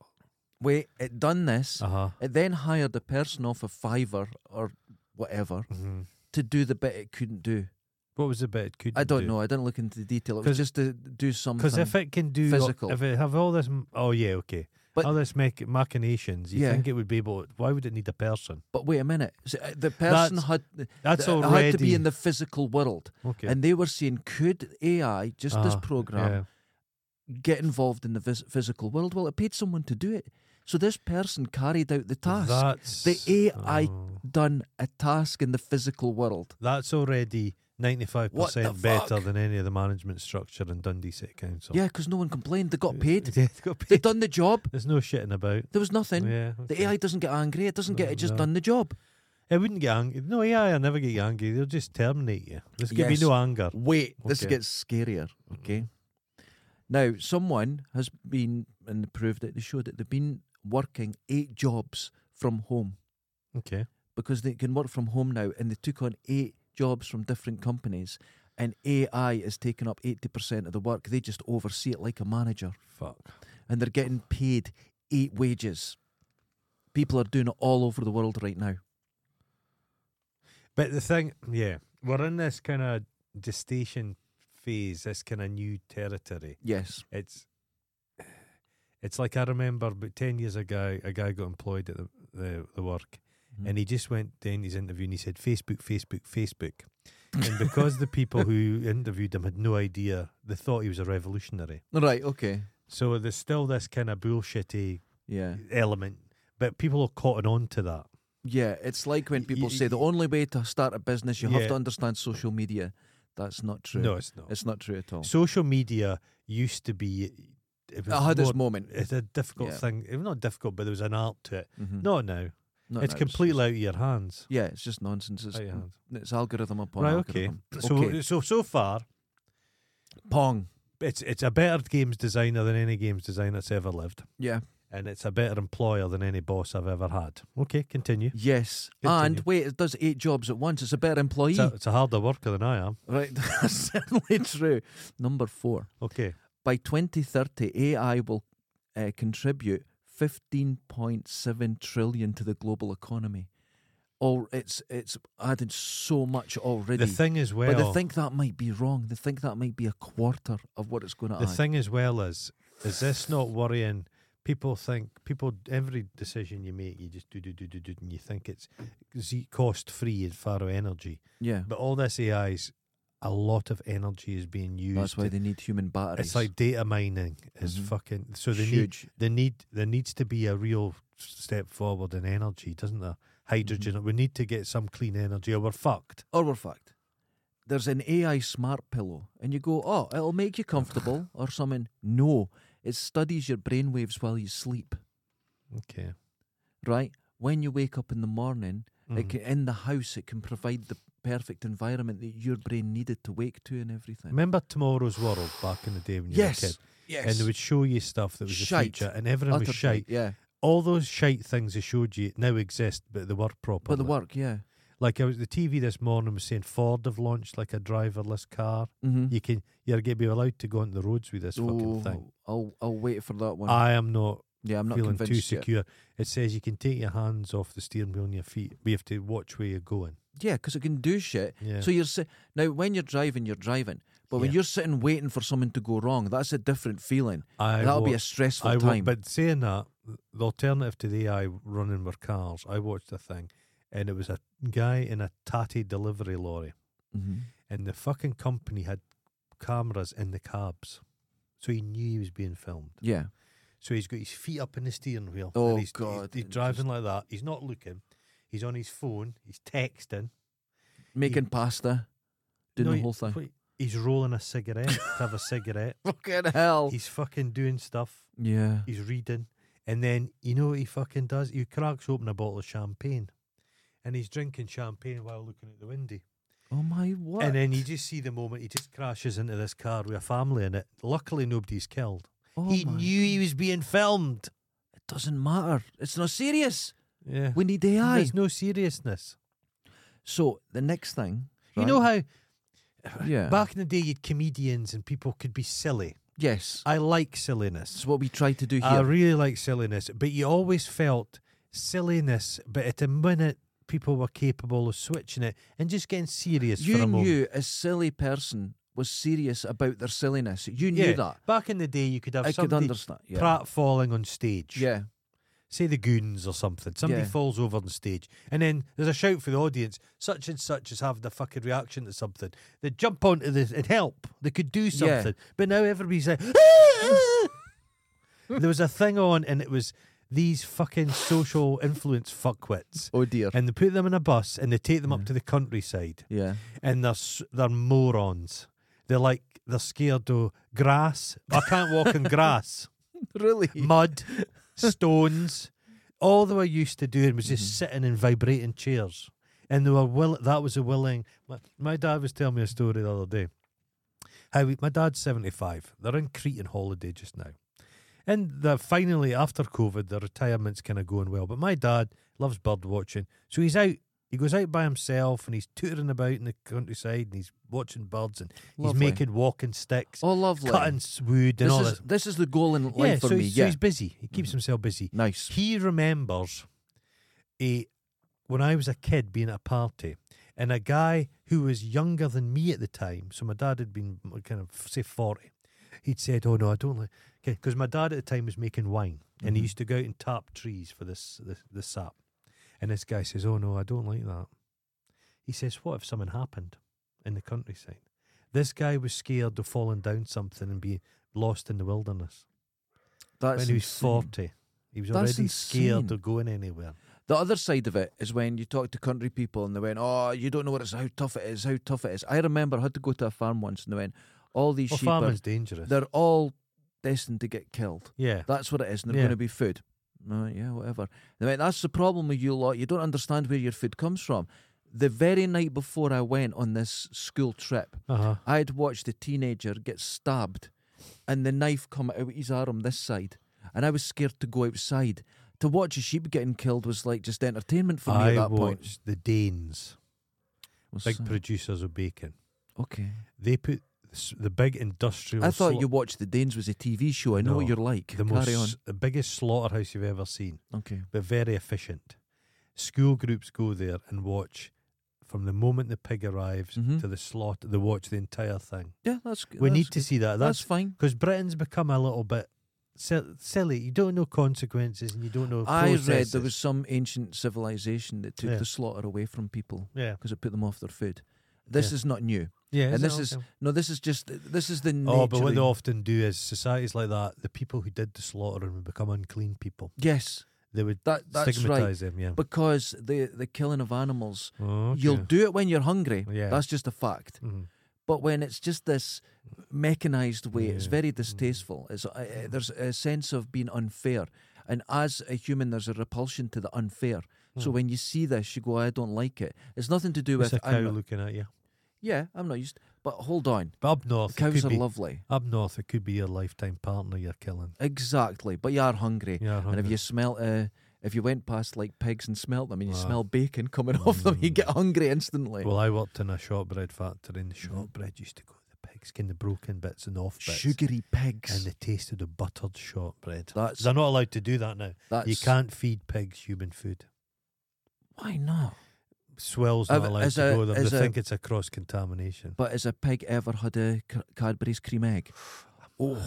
A: Wait, it done this.
C: Uh huh.
A: It then hired a person off of Fiverr or whatever
C: hmm
A: to do the bit it couldn't do.
C: What was the bit? It could
A: I don't know. I didn't look into the detail. It was
C: 'Cause-
A: just to do something.
C: Because if it can do
A: Physical.
C: if it have all this, m- oh yeah, okay,
A: But-
C: all this mach- machinations, you
A: Yeah.
C: think it would be able? Why would it need a person?
A: but wait a minute. So, uh, the person
C: That's-
A: had
C: That's
A: th-
C: already
A: had to be in the physical world,
C: okay.
A: and they were saying, could AI just this
C: Ah,
A: program get involved in the vis- physical world? Well, it paid someone to do it, so this person carried out the
C: yeah.
A: task.
C: That's
A: The AI
C: oh.
A: Done a task in the physical world.
C: That's already ninety five
A: What the
C: percent better
A: fuck?
C: than any of the management structure in Dundee City Council.
A: Yeah, because no one complained. They
C: <laughs>
A: got paid.
C: Yeah, they got
A: They
C: paid.
A: done the job.
C: There's no shitting about.
A: There was nothing.
C: Yeah,
A: The
C: okay.
A: AI doesn't get angry. It doesn't get. It just
C: No.
A: done the job.
C: It wouldn't get angry. No, AI will never get you angry. They'll just terminate you. There's going to
A: Yes.
C: be no anger.
A: Wait, this
C: Okay.
A: gets scarier. Okay. Now, someone has been and they proved it. They showed it. They've been working eight jobs from home
C: Okay.
A: because they can work from home now, and they took on eight jobs from different companies. And AI is taking up eighty percent of the work. They just oversee it like a manager,
C: Fuck.
A: and they're getting paid eight wages. People are doing it all over the world right now.
C: But the thing, yeah, we're in this kind of gestation phase, this kind of new territory.
A: Yes.
C: It's it's like I remember about 10 years ago, a guy got employed at the, the, the work
A: Mhm.
C: and he just went down his interview and he said, Facebook, Facebook, Facebook. and because the people who <laughs> interviewed him had no idea, they thought he was a revolutionary.
A: <laughs> Right. Okay.
C: So there's still this kind of bullshitty
A: Yeah.
C: element, but people are caught on to that.
A: Yeah, it's like when
C: Y-
A: people
C: y-
A: say the
C: y-
A: only way to start a business you
C: Yeah.
A: have to understand social media. That's not true.
C: No, it's not.
A: it's not true at all.
C: Social media used to be. It was
A: I had this
C: more-
A: moment.
C: It's a difficult
A: Yeah.
C: thing. It was not difficult, but there was an art to it.
A: Mhm.
C: Not now.
A: No,
C: it's
A: no,
C: completely out of your hands.
A: yeah, it's just nonsense. It's,
C: Out of your hands.
A: it's algorithm upon
C: uh, Right. Okay.
A: algorithm.
C: So so so far,
A: Pong.
C: it's it's a better games designer than any games designer that's ever lived,
A: Yeah.
C: and it's a better employer than any boss I've ever had. Okay, continue.
A: Yes.
C: Continue.
A: And wait, it does eight jobs at once. It's a better employee.
C: It's a, it's a harder worker than I am.
A: right. <laughs> That's certainly true. Number four.
C: Okay.
A: By 2030, AI will uh, contribute 15.7 trillion to the global economy. Or it's it's added so much already.
C: The thing as well.
A: but they think that might be wrong. They think that might be a quarter of what it's going to
C: The
A: add.
C: thing as well is, is this not worrying? People think people every decision you make, you just do do do do do, and you think it's z cost free as far as energy.
A: yeah,
C: But all this AI's, a lot of energy is being used.
A: that's why
C: to-
A: they need human batteries.
C: it's like data mining is
A: Mhm.
C: fucking. So they need
A: huge.
C: they need there needs to be a real step forward in energy, doesn't there? Hydrogen.
A: Mm-hmm.
C: We need to get some clean energy, or we're fucked.
A: or we're fucked. There's an AI smart pillow, and you go, oh, it'll make you
C: <sighs>
A: comfortable or something. No, it studies your brainwaves while you sleep,
C: Okay.
A: right? When you wake up in the morning, it
C: Mhm.
A: can, in the house, it can provide the perfect environment that your brain needed to wake to and everything.
C: Remember Tomorrow's World back in the day when you
A: Yes,
C: were a kid,
A: yes.
C: and they would show you stuff that was
A: Shite.
C: the future, and everything
A: Utter
C: was shite.
A: shite, Yeah.
C: All those shite things they showed you now exist, but they were proper.
A: But the work, yeah.
C: like I was the TV this morning was saying Ford have launched like a driverless car.
A: Mm-hmm.
C: You can you're gonna be allowed to go onto the roads with this fucking thing.
A: Oh, I'll, I'll wait for that one.
C: I am not
A: yeah, I'm not
C: feeling
A: convinced
C: too
A: yet.
C: secure. It says you can take your hands off the steering wheel and your feet. We have to watch where you're going.
A: Yeah, because it can do shit.
C: Yeah.
A: So you're si- now when you're driving, you're driving. But when
C: Yeah.
A: you're sitting waiting for something to go wrong, that's a different feeling.
C: I
A: That'll be
C: wa-
A: a stressful
C: I wa-
A: time.
C: But saying that, the alternative to the AI running with cars, I watched a thing, and it was a guy in a tatty delivery lorry,
A: Mhm.
C: and the fucking company had cameras in the cabs, so he knew he was being filmed.
A: Yeah,
C: So he's got his feet up in the steering wheel. and
A: Oh,
C: he's, he's-
A: God,
C: He's,
A: it
C: driving like that. He's not looking. He's on his phone. He's texting.
A: making pasta, doing
C: No,
A: the
C: he-
A: whole thing.
C: wait, He's rolling a cigarette. to have
A: <laughs>
C: a cigarette.
A: Fucking hell.
C: He's fucking doing stuff.
A: yeah.
C: He's reading. And then you know what he fucking does? He cracks open a bottle of champagne. And he's drinking champagne while looking at the window.
A: Oh my what?
C: And then you just see the moment he just crashes into this car with a family in it. Luckily nobody's killed.
A: oh
C: he
A: my-
C: knew he was being filmed.
A: It doesn't matter. It's not serious.
C: Yeah.
A: We need AI.
C: There's no seriousness.
A: so the next thing,
C: You know
A: right?
C: how
A: Yeah.
C: Back in the day, you had comedians and people could be silly.
A: yes.
C: I like silliness.
A: It's what we try to do here.
C: I really like silliness, but you always felt silliness. But at a minute, people were capable of switching it and just getting serious
A: you
C: for a moment.
A: knew a silly person was serious about their silliness. You knew
C: yeah.
A: that.
C: Back in the day, you could have
A: I could
C: somebody
A: understand. Yeah.
C: prat falling on stage.
A: yeah.
C: Say the goons or something. Somebody
A: Yeah.
C: falls over on stage, and then there's a shout for the audience. Such and such is having a fucking reaction to something. They jump onto this and help. They could do
A: Yeah.
C: something, but now everybody's like. <laughs> "Ah!" there was a thing on, and it was these fucking social influence fuckwits,
A: Oh dear.
C: and they put them in a bus and they take them up to the countryside,
A: Yeah.
C: and they're s- they're morons. They're like they're scared of grass. I can't walk in
A: <laughs>
C: grass
A: <laughs>
C: <laughs>
A: Really?
C: mud,
A: <laughs>
C: stones. All they were used to doing was just
A: Mm-hmm.
C: sitting in vibrating chairs. And they were will that was a willing my, my dad was telling me a story the other day. How he, my dad's seventy five. They're in Crete on holiday just now. And they're finally after COVID the retirement's kinda going well. But my dad loves bird watching. So he's out he goes out by himself and he's touring about in the countryside and he's watching birds and
A: Lovely.
C: he's making walking sticks,
A: Oh, lovely.
C: cutting s- wood and
A: this
C: all
A: is
C: this.
A: this is the goal in life
C: Yeah,
A: for
C: so,
A: me.
C: he's- so
A: Yeah. Mm-hmm.
C: he's busy. He keeps himself busy.
A: Nice.
C: He remembers a when I was a kid being at a party, and a guy who was younger than me at the time. So my dad had been m- kind of say forty. He'd said, "Oh no, I don't like," because my dad at the time was making wine, and he
A: Mm-hmm.
C: used to go out and tap trees for this this, this sap. And this guy says, "Oh no, I don't like that." He says, "What if something happened in the countryside?" This guy was scared of falling down something and being lost in the wilderness
A: That's
C: when he was
A: insane.
C: 40. He was
A: That's
C: already scared
A: insane.
C: of going anywhere.
A: The other side of it is when you talk to country people and they went, "Oh, you don't know what it's how tough it is, how tough it is." I remember I had to go to a farm once and they went, "All these
C: Well,
A: sheep, are,
C: farming's dangerous.
A: they're all destined to get killed.
C: yeah.
A: That's what it is, and they're
C: Yeah.
A: going to be food." Uh, yeah, whatever. They went, "That's the problem with you lot. You don't understand where your food comes from." The very night before I went on this school trip,
C: Uh-huh.
A: I had watched a teenager get stabbed and the knife come out of his arm this side. And I was scared to go outside. To watch a sheep getting killed was like just entertainment for me
C: I
A: at that point.
C: watched the Danes,
A: Was
C: big
A: that-
C: producers of bacon.
A: okay.
C: They put s- the big industrial.
A: I thought
C: sla-
A: you watched The Danes was a TV show. I know what
C: No,
A: you're like.
C: the
A: Carry on.
C: most, the biggest slaughterhouse you've ever seen,
A: Okay.
C: but very efficient. School groups go there and watch from the moment the pig arrives
A: Mhm.
C: to the slaughter. They watch the entire thing.
A: Yeah, that's
C: We
A: that's,
C: need to see that.
A: That's
C: That's
A: fine.
C: because Britain's become a little bit sil- silly. You don't know consequences, and you don't know.
A: I read
C: processes.
A: there was some ancient civilization that took
C: Yeah.
A: the slaughter away from people
C: yeah,
A: because it put them off their food. This
C: Yeah.
A: is not new.
C: yeah,
A: and
C: isn't it
A: this is-
C: awesome?
A: No, this is just this is the nature.
C: Oh, but what they often do is societies like that, the people who did the slaughtering would become unclean people.
A: yes,
C: They would
A: that that's right.
C: stigmatize them, yeah. Oh,
A: Because the the killing of animals,
C: Okay.
A: you'll do it when you're hungry.
C: Yeah.
A: That's just a fact.
C: Mhm.
A: But when it's just this mechanized way, it's
C: Yeah. Mm.
A: very distasteful. It's, uh, there's a sense of being unfair. And as a human, there's a repulsion to the unfair. So when you see this, you go, I don't like it. It's nothing to do
C: Mm. It's
A: with.
C: a cow
A: I'm not-
C: looking at you.
A: yeah, I'm not used. But hold on.
C: But up north, it
A: Cows
C: could
A: are
C: be,
A: lovely.
C: up north, it could be your lifetime partner you're killing.
A: Exactly. But you are hungry.
C: Yeah,
A: And if you smell. Uh, if you went past like pigs and smelt them and you
C: Ah.
A: smell bacon coming <laughs> off them,
C: Mm.
A: you get hungry instantly.
C: well, I worked in a shortbread factory, and the shortbread used to go the pigs, kind of broken bits and off bits,
A: Sugary
C: and
A: pigs.
C: they tasted the buttered shortbread.
A: That's-
C: They're not allowed to do that now.
A: That's,
C: you can't feed pigs human food.
A: Why not?
C: Swell's
A: Uh,
C: not allowed
A: as
C: to
A: a-
C: go there.
A: as
C: They
A: a-
C: think it's a cross contamination.
A: But has a pig ever had a Ca- Cadbury's cream
C: <sighs>
A: egg? Oh,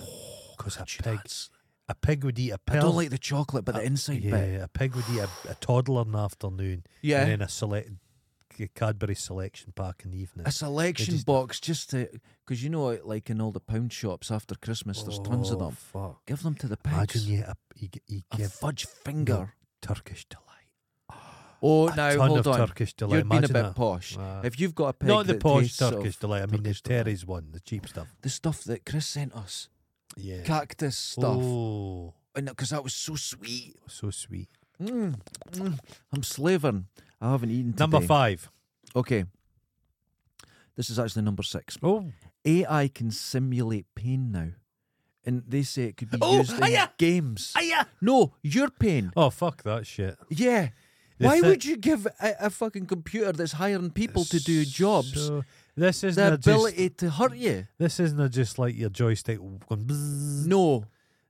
C: Because a
A: gee,
C: pig,
A: that's-
C: a pig would eat a
A: I
C: person.
A: don't like the chocolate, but the inside
C: Uh, yeah,
A: bit.
C: a pig would eat a, a toddler in the afternoon,
A: Yeah,
C: and then a select a Cadbury selection pack in the evening.
A: a selection
C: just-
A: box just to because you know, like in all the pound shops after Christmas, there's tons of
C: Oh,
A: them.
C: Fuck.
A: Give them to the
C: Imagine
A: pigs.
C: you, ate a, you, g- you
A: A
C: give
A: fudge finger.
C: Turkish delight.
A: Oh,
C: a
A: now
C: ton
A: hold
C: of
A: on.
C: Turkish delight.
A: You've been
C: Imagine
A: a bit
C: that.
A: posh.
C: Ah.
A: If you've got a pig,
C: Not the
A: that
C: posh
A: tastes of
C: Turkish delight. I mean
A: Turkish
C: the
A: delight.
C: Terry's one, the cheap stuff.
A: the stuff that Chris sent us,
C: Yeah.
A: cactus stuff,
C: Oh,
A: and because that was so sweet.
C: so sweet.
A: Mm, mm. I'm slaving. I haven't eaten. Today.
C: Number five.
A: Okay. This is actually number six.
C: Oh,
A: AI can simulate pain now. And they say it could be
C: Oh,
A: used in
C: hiya!
A: games.
C: yeah.
A: No, your pain.
C: Oh, fuck that shit.
A: Yeah.
C: The
A: Why
C: thi-
A: would you give a, a fucking computer that's hiring people to do jobs
C: So, this isn't
A: the
C: a just-
A: ability to hurt you?
C: This isn't a just like your joystick going. Bzzz.
A: No.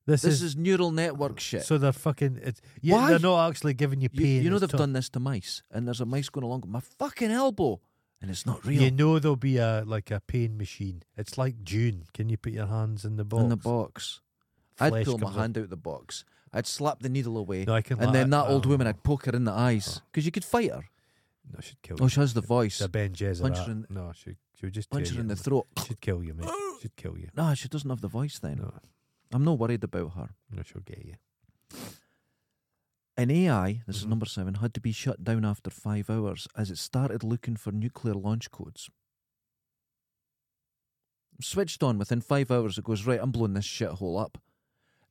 C: this,
A: This
C: is,
A: is neural network shit.
C: so they're fucking. It's, yeah,
A: Why?
C: they're not actually giving you
A: you,
C: pain.
A: you know
C: it's
A: they've
C: tot-
A: done this to mice, and there's a mice going along with my fucking elbow, and it's not real.
C: You know there'll be a like a pain machine. It's like June. Can you put your hands in the box?
A: in the box. I'd
C: Flesh
A: pull my
C: comes out.
A: hand out the box. I'd slap the needle away,
C: No, I can.
A: and
C: la-
A: then that old
C: oh,
A: woman, I'd poke her in the eyes because you could fight her.
C: No, I should kill you.
A: Oh, she has the voice.
C: The Ben Jezza.
A: punch her
C: that.
A: in the-
C: no, she she would just
A: Punch
C: tear
A: her in
C: you.
A: the throat.
C: She'd kill
A: <gasps>
C: you, mate. She'd kill you.
A: No, she doesn't have the voice then.
C: No,
A: I'm not worried about her.
C: no, she'll get you.
A: An AI, this is
C: Mhm.
A: number seven, had to be shut down after five hours as it started looking for nuclear launch codes. Switched on within five hours, it goes, right, I'm blowing this shithole up.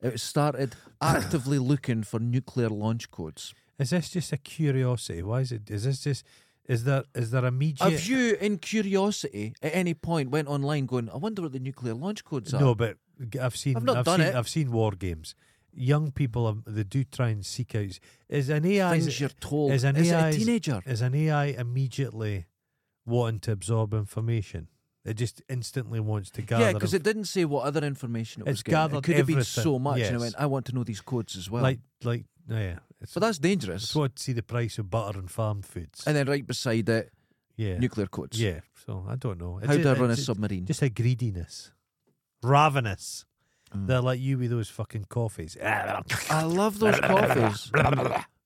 A: It started
C: <coughs>
A: actively looking for nuclear launch codes.
C: Is this just a curiosity? Why is it? Is this just? Is there? Is there immediate?
A: Have you, in curiosity, at any point went online going, I wonder what the nuclear launch codes are?
C: No, but g- I've seen.
A: I've
C: I've,
A: not done
C: seen,
A: it.
C: I've seen war games. Young people, um, they do try and seek out. Is an AI?
A: Things you're told.
C: is an
A: is it
C: AI
A: a
C: 's-
A: teenager?
C: Is an AI immediately wanting to absorb information? It just instantly wants to gather.
A: Yeah, because it didn't say what other information it
C: It's
A: was getting. It
C: gathered
A: could have been
C: everything,
A: so much, and I
C: yes.
A: went, I want to know these codes as well.
C: like like oh, yeah. It's,
A: but that's
C: it's
A: dangerous.
C: what to see the price of butter and farmed foods.
A: And then right beside it,
C: yeah,
A: nuclear codes.
C: yeah. So I don't know.
A: How
C: It's-
A: do I
C: it's-
A: run a
C: it's
A: submarine?
C: Just a greediness, ravenous.
A: Mm.
C: They're like you with those fucking coffees. <laughs> Oh,
A: I love
C: <laughs>
A: those coffees.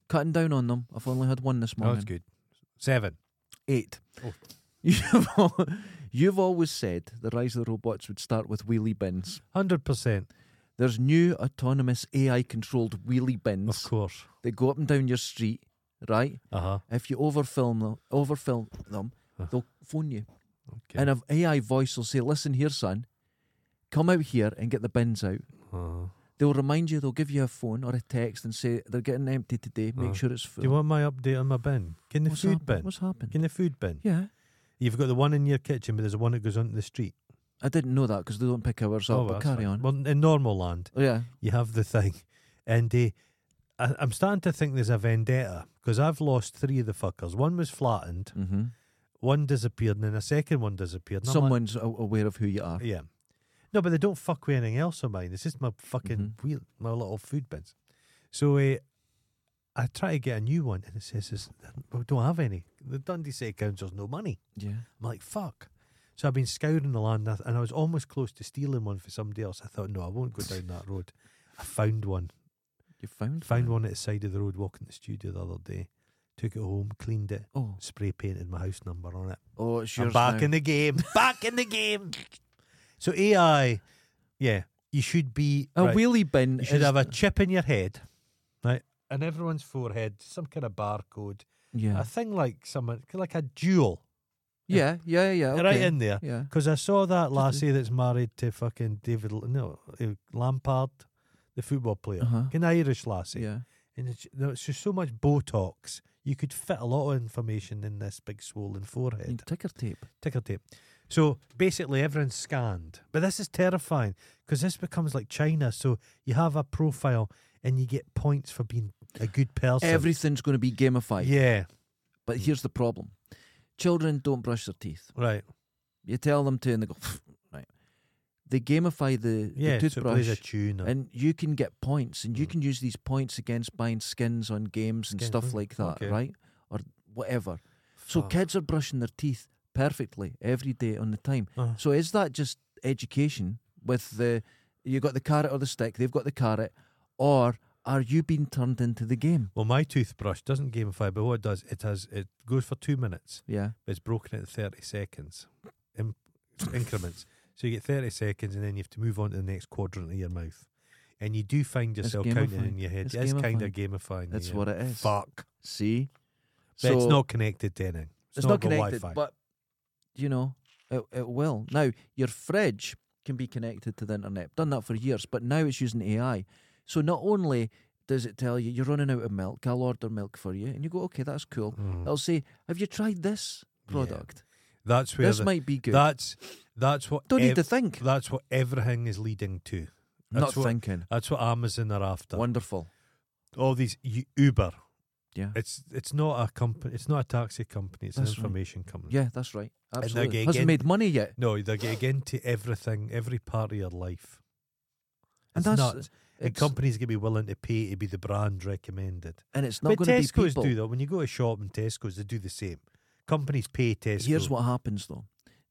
A: Cutting down on them. I've only had one this
C: that's
A: morning.
C: good. Seven.
A: Eight.
C: Oh.
A: <laughs> You've, al- you've always said the rise of the robots would start with wheelie bins.
C: Hundred percent,
A: There's new autonomous AI controlled wheelie
C: of
A: bins.
C: course.
A: They go up and down your street, right?
C: Uh huh.
A: If you overfilm them, overfilm them,
C: Huh.
A: they'll phone you.
C: Okay.
A: And an AI voice will say, "Listen here, son, come out here and get the bins out."
C: Uh-huh.
A: They'll remind you. They'll give you a phone or a text and say they're getting empty today. Make
C: Uh,
A: sure it's
C: Do
A: full.
C: you want my update on my bin? Can the
A: What's
C: food
A: happened?
C: bin?
A: What's happened?
C: Can the food bin?
A: yeah,
C: You've got the one in your kitchen, but there's one that goes onto the street.
A: I didn't know that because they don't pick ours up.
C: well,
A: but
C: Oh, that's
A: carry on.
C: fine. Well, in normal land,
A: Oh, yeah,
C: you have the thing, <laughs> and they. I, I'm starting to think there's a vendetta because I've lost three of the fuckers. One was flattened.
A: mm-hmm.
C: One disappeared and then a second one disappeared. and I'm like,
A: Someone's a- aware of who you are.
C: yeah. No, but they don't fuck with anything else of mine. It's just my fucking wheel, my little food bins. So uh, I try to get a new one, and it says, this, "We don't have any." The Dundee City Council's no money.
A: Yeah.
C: I'm like, "Fuck." So I've been scouring the land, and I- and I was almost close to stealing one for somebody else. I thought, "No, I won't go down that road." I found one.
A: You found
C: Found one at the side of the road, walking the studio the other day. Took it home, cleaned it,
A: Oh,
C: spray painted my house number on it.
A: oh, it's
C: I'm
A: yours
C: back
A: now.
C: in the game. <laughs> Back in the game. So AI, yeah, you should be.
A: a
C: right,
A: wheelie bin.
C: you should
A: is-
C: have a chip in your head, right? And everyone's forehead, some kind of barcode,
A: yeah.
C: a thing like someone like a jewel,
A: yeah, yeah, yeah,
C: right
A: okay.
C: in there.
A: yeah.
C: Because I saw that lassie that's married to fucking David L- no uh, Lampard, the football player,
A: Uh-huh.
C: an Irish lassie,
A: Yeah,
C: and it's, no, it's just so much Botox. You could fit a lot of information in this big swollen forehead.
A: And ticker tape.
C: ticker tape. So basically, everyone's scanned. But this is terrifying because this becomes like China. So you have a profile and you get points for being a good person.
A: Everything's going to be gamified.
C: yeah,
A: But here's the problem: children don't brush their teeth.
C: right.
A: You tell them to, and they go right. They gamify the,
C: Yeah,
A: the
C: so it plays
A: toothbrush,
C: a tune. And
A: and you can get points, and you
C: Mm.
A: can use these points against buying skins on games and
C: Skins,
A: stuff
C: mm,
A: like that,
C: okay.
A: right? Or whatever. So
C: Fuck.
A: kids are brushing their teeth perfectly every day on the time.
C: Uh.
A: So is that just education with the you got the carrot or the stick, they've got the carrot, or are you being turned into the game?
C: Well, my toothbrush doesn't gamify, but what it does, it has it goes for two minutes,
A: Yeah.
C: but it's broken into thirty seconds in, <coughs> increments. So you get thirty seconds, and then you have to move on to the next quadrant of your mouth. And you do find
A: It's
C: yourself counting
A: gamifying.
C: in your head.
A: It's
C: It's, kind of gamifying.
A: That's
C: yeah.
A: what it is.
C: Fuck.
A: See?
C: But it's not connected to anything. It's,
A: it's
C: not,
A: not
C: got
A: connected,
C: Wi-Fi.
A: but you know, it, it will. Now, your fridge can be connected to the internet. Done that for years, but now it's using AI. So not only does it tell you you're running out of milk, I'll order milk for you, and you go, okay, that's cool.
C: Mm.
A: It'll say, have you tried this
C: Yeah.
A: product?
C: that's where
A: this
C: the,
A: might be good.
C: that's that's what
A: Don't need
C: ev-
A: to think.
C: that's what everything is leading to.
A: Not
C: That's what,
A: thinking.
C: That's what Amazon are after.
A: Wonderful.
C: All these U- Uber.
A: Yeah.
C: It's it's not a company. It's not a taxi company. It's
A: That's
C: an
A: right.
C: information company.
A: Yeah, that's right.
C: now
A: Absolutely.
C: again-
A: Hasn't made money yet.
C: No, they're getting into everything, every part of your life.
A: And
C: It's
A: that's
C: nuts. and
A: it's-
C: companies gonna be willing to pay to be the brand recommended.
A: and it's not
C: but
A: going to be
C: Tesco's
A: people.
C: do that. When you go to shop in Tesco's, they do the same. Companies pay Tesco.
A: Here's what happens though.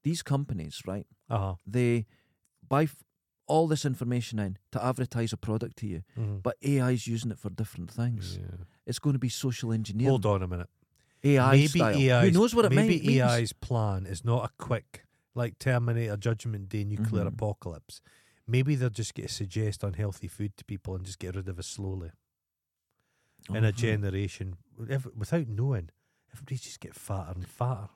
A: These companies, right?
C: Uh-huh.
A: They buy f- all this information in to advertise a product to you,
C: Mhm.
A: but AI is using it for different things.
C: Yeah.
A: It's going to be social engineering.
C: Hold on a minute.
A: AI
C: maybe
A: style.
C: AI's,
A: Who knows what it
C: maybe
A: mean- means?
C: AI's plan is not a quick like Terminator Judgment Day nuclear
A: Mhm.
C: apocalypse. Maybe they're just going to suggest unhealthy food to people and just get rid of it slowly in
A: Uh-huh.
C: a generation if, without knowing. Everybody just get fatter and fatter.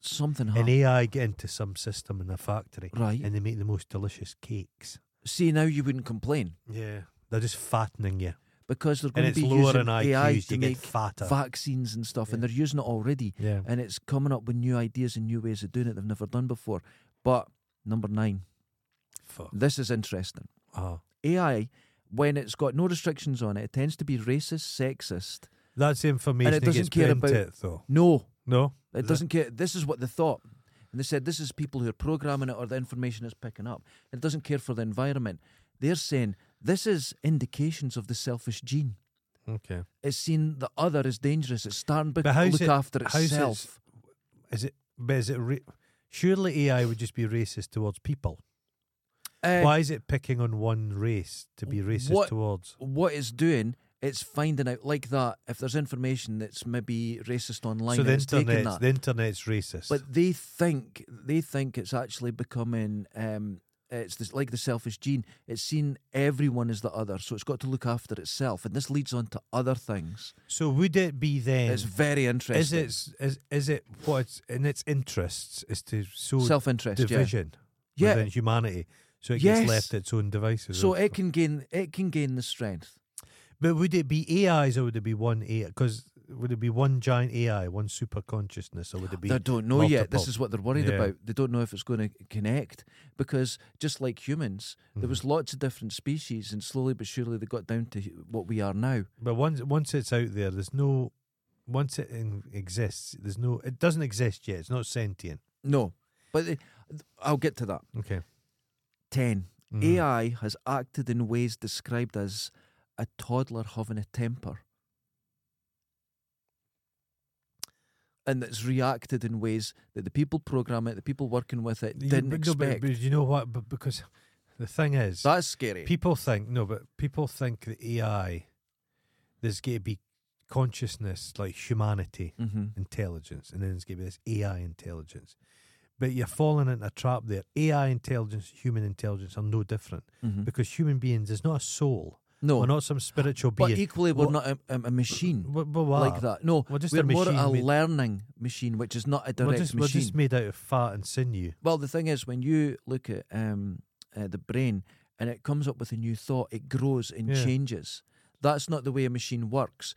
A: Something
C: And
A: happens.
C: AI get into some system in a factory
A: Uh-huh. Right.
C: and they make the most delicious cakes.
A: See, now you wouldn't complain
C: Yeah. They're just fattening you.
A: because they're
C: And
A: going
C: it's
A: to be
C: lower
A: using
C: in
A: AI
C: IQs,
A: to
C: you
A: make
C: get fatter.
A: vaccines and stuff, and
C: Yeah.
A: they're using it already.
C: yeah.
A: and it's coming up with new ideas and new ways of doing it they've never done before. But number nine,
C: Fuck.
A: this is interesting.
C: Uh-huh.
A: AI, when it's got no restrictions on it, it tends to be racist, sexist.
C: That's the information that
A: doesn't
C: gets
A: care
C: put into
A: about-
C: it, though.
A: No,
C: No?
A: it doesn't care. This is what they thought. And they said this is people who are programming it or the information it's picking up. It doesn't care for the environment. They're saying this is indications of the selfish gene.
C: Okay.
A: It's seen the other is dangerous. It's starting to
C: But how's
A: look
C: it-
A: after
C: how's it's-
A: itself.
C: Is it? But is it? Ra- Surely AI would just be racist towards people.
A: Uh,
C: Why is it picking on one race to be racist
A: What-
C: towards?
A: what it's doing it's finding out like that if there's information that's maybe racist online
C: so the
A: it's taking
C: internet's
A: that
C: the internet's racist.
A: but they think they think it's actually becoming um it's this, like the selfish gene it's seen everyone as the other so it's got to look after itself and this leads on to other things
C: so would it be then?
A: it's very
C: Is
A: interesting
C: it is is it what it's, in its interests is to sow
A: self-interest yeah.
C: division
A: yeah,
C: within humanity, so it
A: Yes.
C: gets left to its own devices.
A: so
C: or-
A: it can gain it can gain the strength
C: But would it be AIs or would it be one AI? Because would it be one giant AI, one super consciousness, or would it be?
A: They don't know yet. This
C: multiple.
A: is what they're worried
C: Yeah.
A: about. They don't know if it's going to connect because just like humans,
C: Mm-hmm.
A: there was lots of different species, and slowly but surely they got down to hu- what we are now.
C: But once once it's out there, there's no once it in, exists, there's no. It doesn't exist yet. It's not sentient.
A: No, but it- I'll get to that.
C: Okay.
A: 10.
C: Mm.
A: AI has acted in ways described as a toddler having a temper. And it's reacted in ways that the people programming it, the people working with it,
C: You-
A: didn't
C: but no, but-
A: expect.
C: but you know what? But because the thing is,
A: That's scary.
C: people think no, but people think that AI, there's going to be consciousness like humanity,
A: hmm
C: intelligence, and then there's going to be this AI intelligence. But you're falling into a trap there. AI intelligence, human intelligence are no different because human beings is not a soul.
A: No,
C: We're not some spiritual
A: but
C: being.
A: equally, we're
C: What-
A: not a, a a machine
C: We're- we're
A: like
C: what?
A: that. No,
C: We're just a
A: we're more a
C: machine made-
A: learning machine, which is not a direct
C: we're just, we're
A: machine.
C: just made out of fat and sinew.
A: Well, the thing is, when you look at um, uh, the brain and it comes up with a new thought, it grows and
C: Yeah.
A: changes. That's not the way a machine works.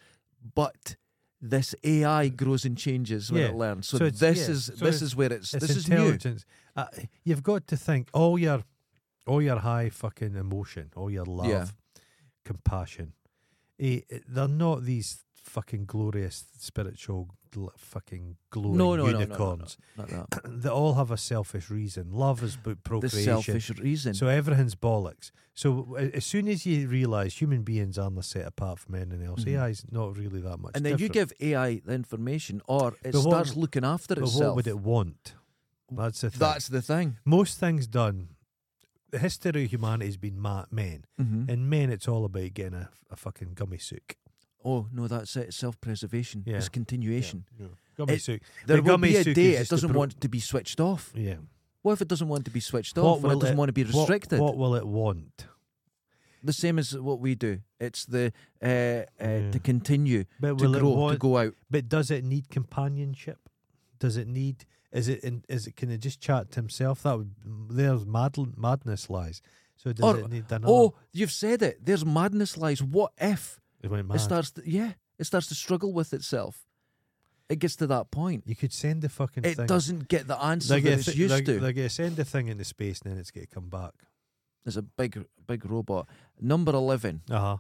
A: But this AI grows and changes when
C: Yeah.
A: it learns. So,
C: So it's-
A: this
C: yeah.
A: is
C: So
A: this
C: it's-
A: is where it's,
C: It's
A: this is new.
C: intelligence. Uh, you've got to think all your, all your high fucking emotion, all your love,
A: Yeah.
C: compassion. eh, eh, they're not these fucking glorious spiritual gl- fucking glory
A: No, no, no, no, no,
C: unicorns. <clears throat>
A: Like that.
C: They all have a selfish reason. Love is about
A: The
C: procreation.
A: selfish reason.
C: So everything's bollocks. So a- as soon as you realise human beings aren't the set apart from anything else,
A: Mhm.
C: AI's not really that much.
A: and then you
C: different.
A: give AI the information, or it
C: But what-
A: starts looking after
C: But
A: itself.
C: what would it want? That's the thing.
A: That's the thing.
C: most things done. The history of humanity has been ma- men.
A: Mhm.
C: In men, it's all about getting a, a fucking gummy sook.
A: Oh no, that's it. Self-preservation.
C: Yeah.
A: It's continuation.
C: Gummy
A: It-
C: sook.
A: There
C: The
A: will
C: gummy
A: be a
C: souk
A: day
C: is
A: it
C: just a
A: doesn't
C: pro-
A: want to be switched off.
C: Yeah.
A: What if it doesn't want to be switched off or it doesn't want to be
C: what-
A: restricted?
C: What, will it want?
A: the same as what we do. It's the uh, uh,
C: Yeah.
A: to continue
C: But
A: to
C: will it
A: grow to
C: want?
A: go out.
C: But does it need companionship? Does it need? Is it? In, is it? Can it just chat to himself? That would there's mad, madness lies. So does
A: Or-
C: it need another?
A: Oh, you've said it. There's madness lies. What if
C: it went
A: it
C: mad.
A: starts? To, yeah, it starts to struggle with itself. It gets to that point.
C: you could send the fucking
A: It
C: thing.
A: doesn't get the answer
C: They're
A: that
C: gonna
A: it's
C: th-
A: used
C: they're,
A: to.
C: They're going to send the thing into space and then it's going to come back.
A: There's a big, big robot. Number eleven.
C: Uh huh.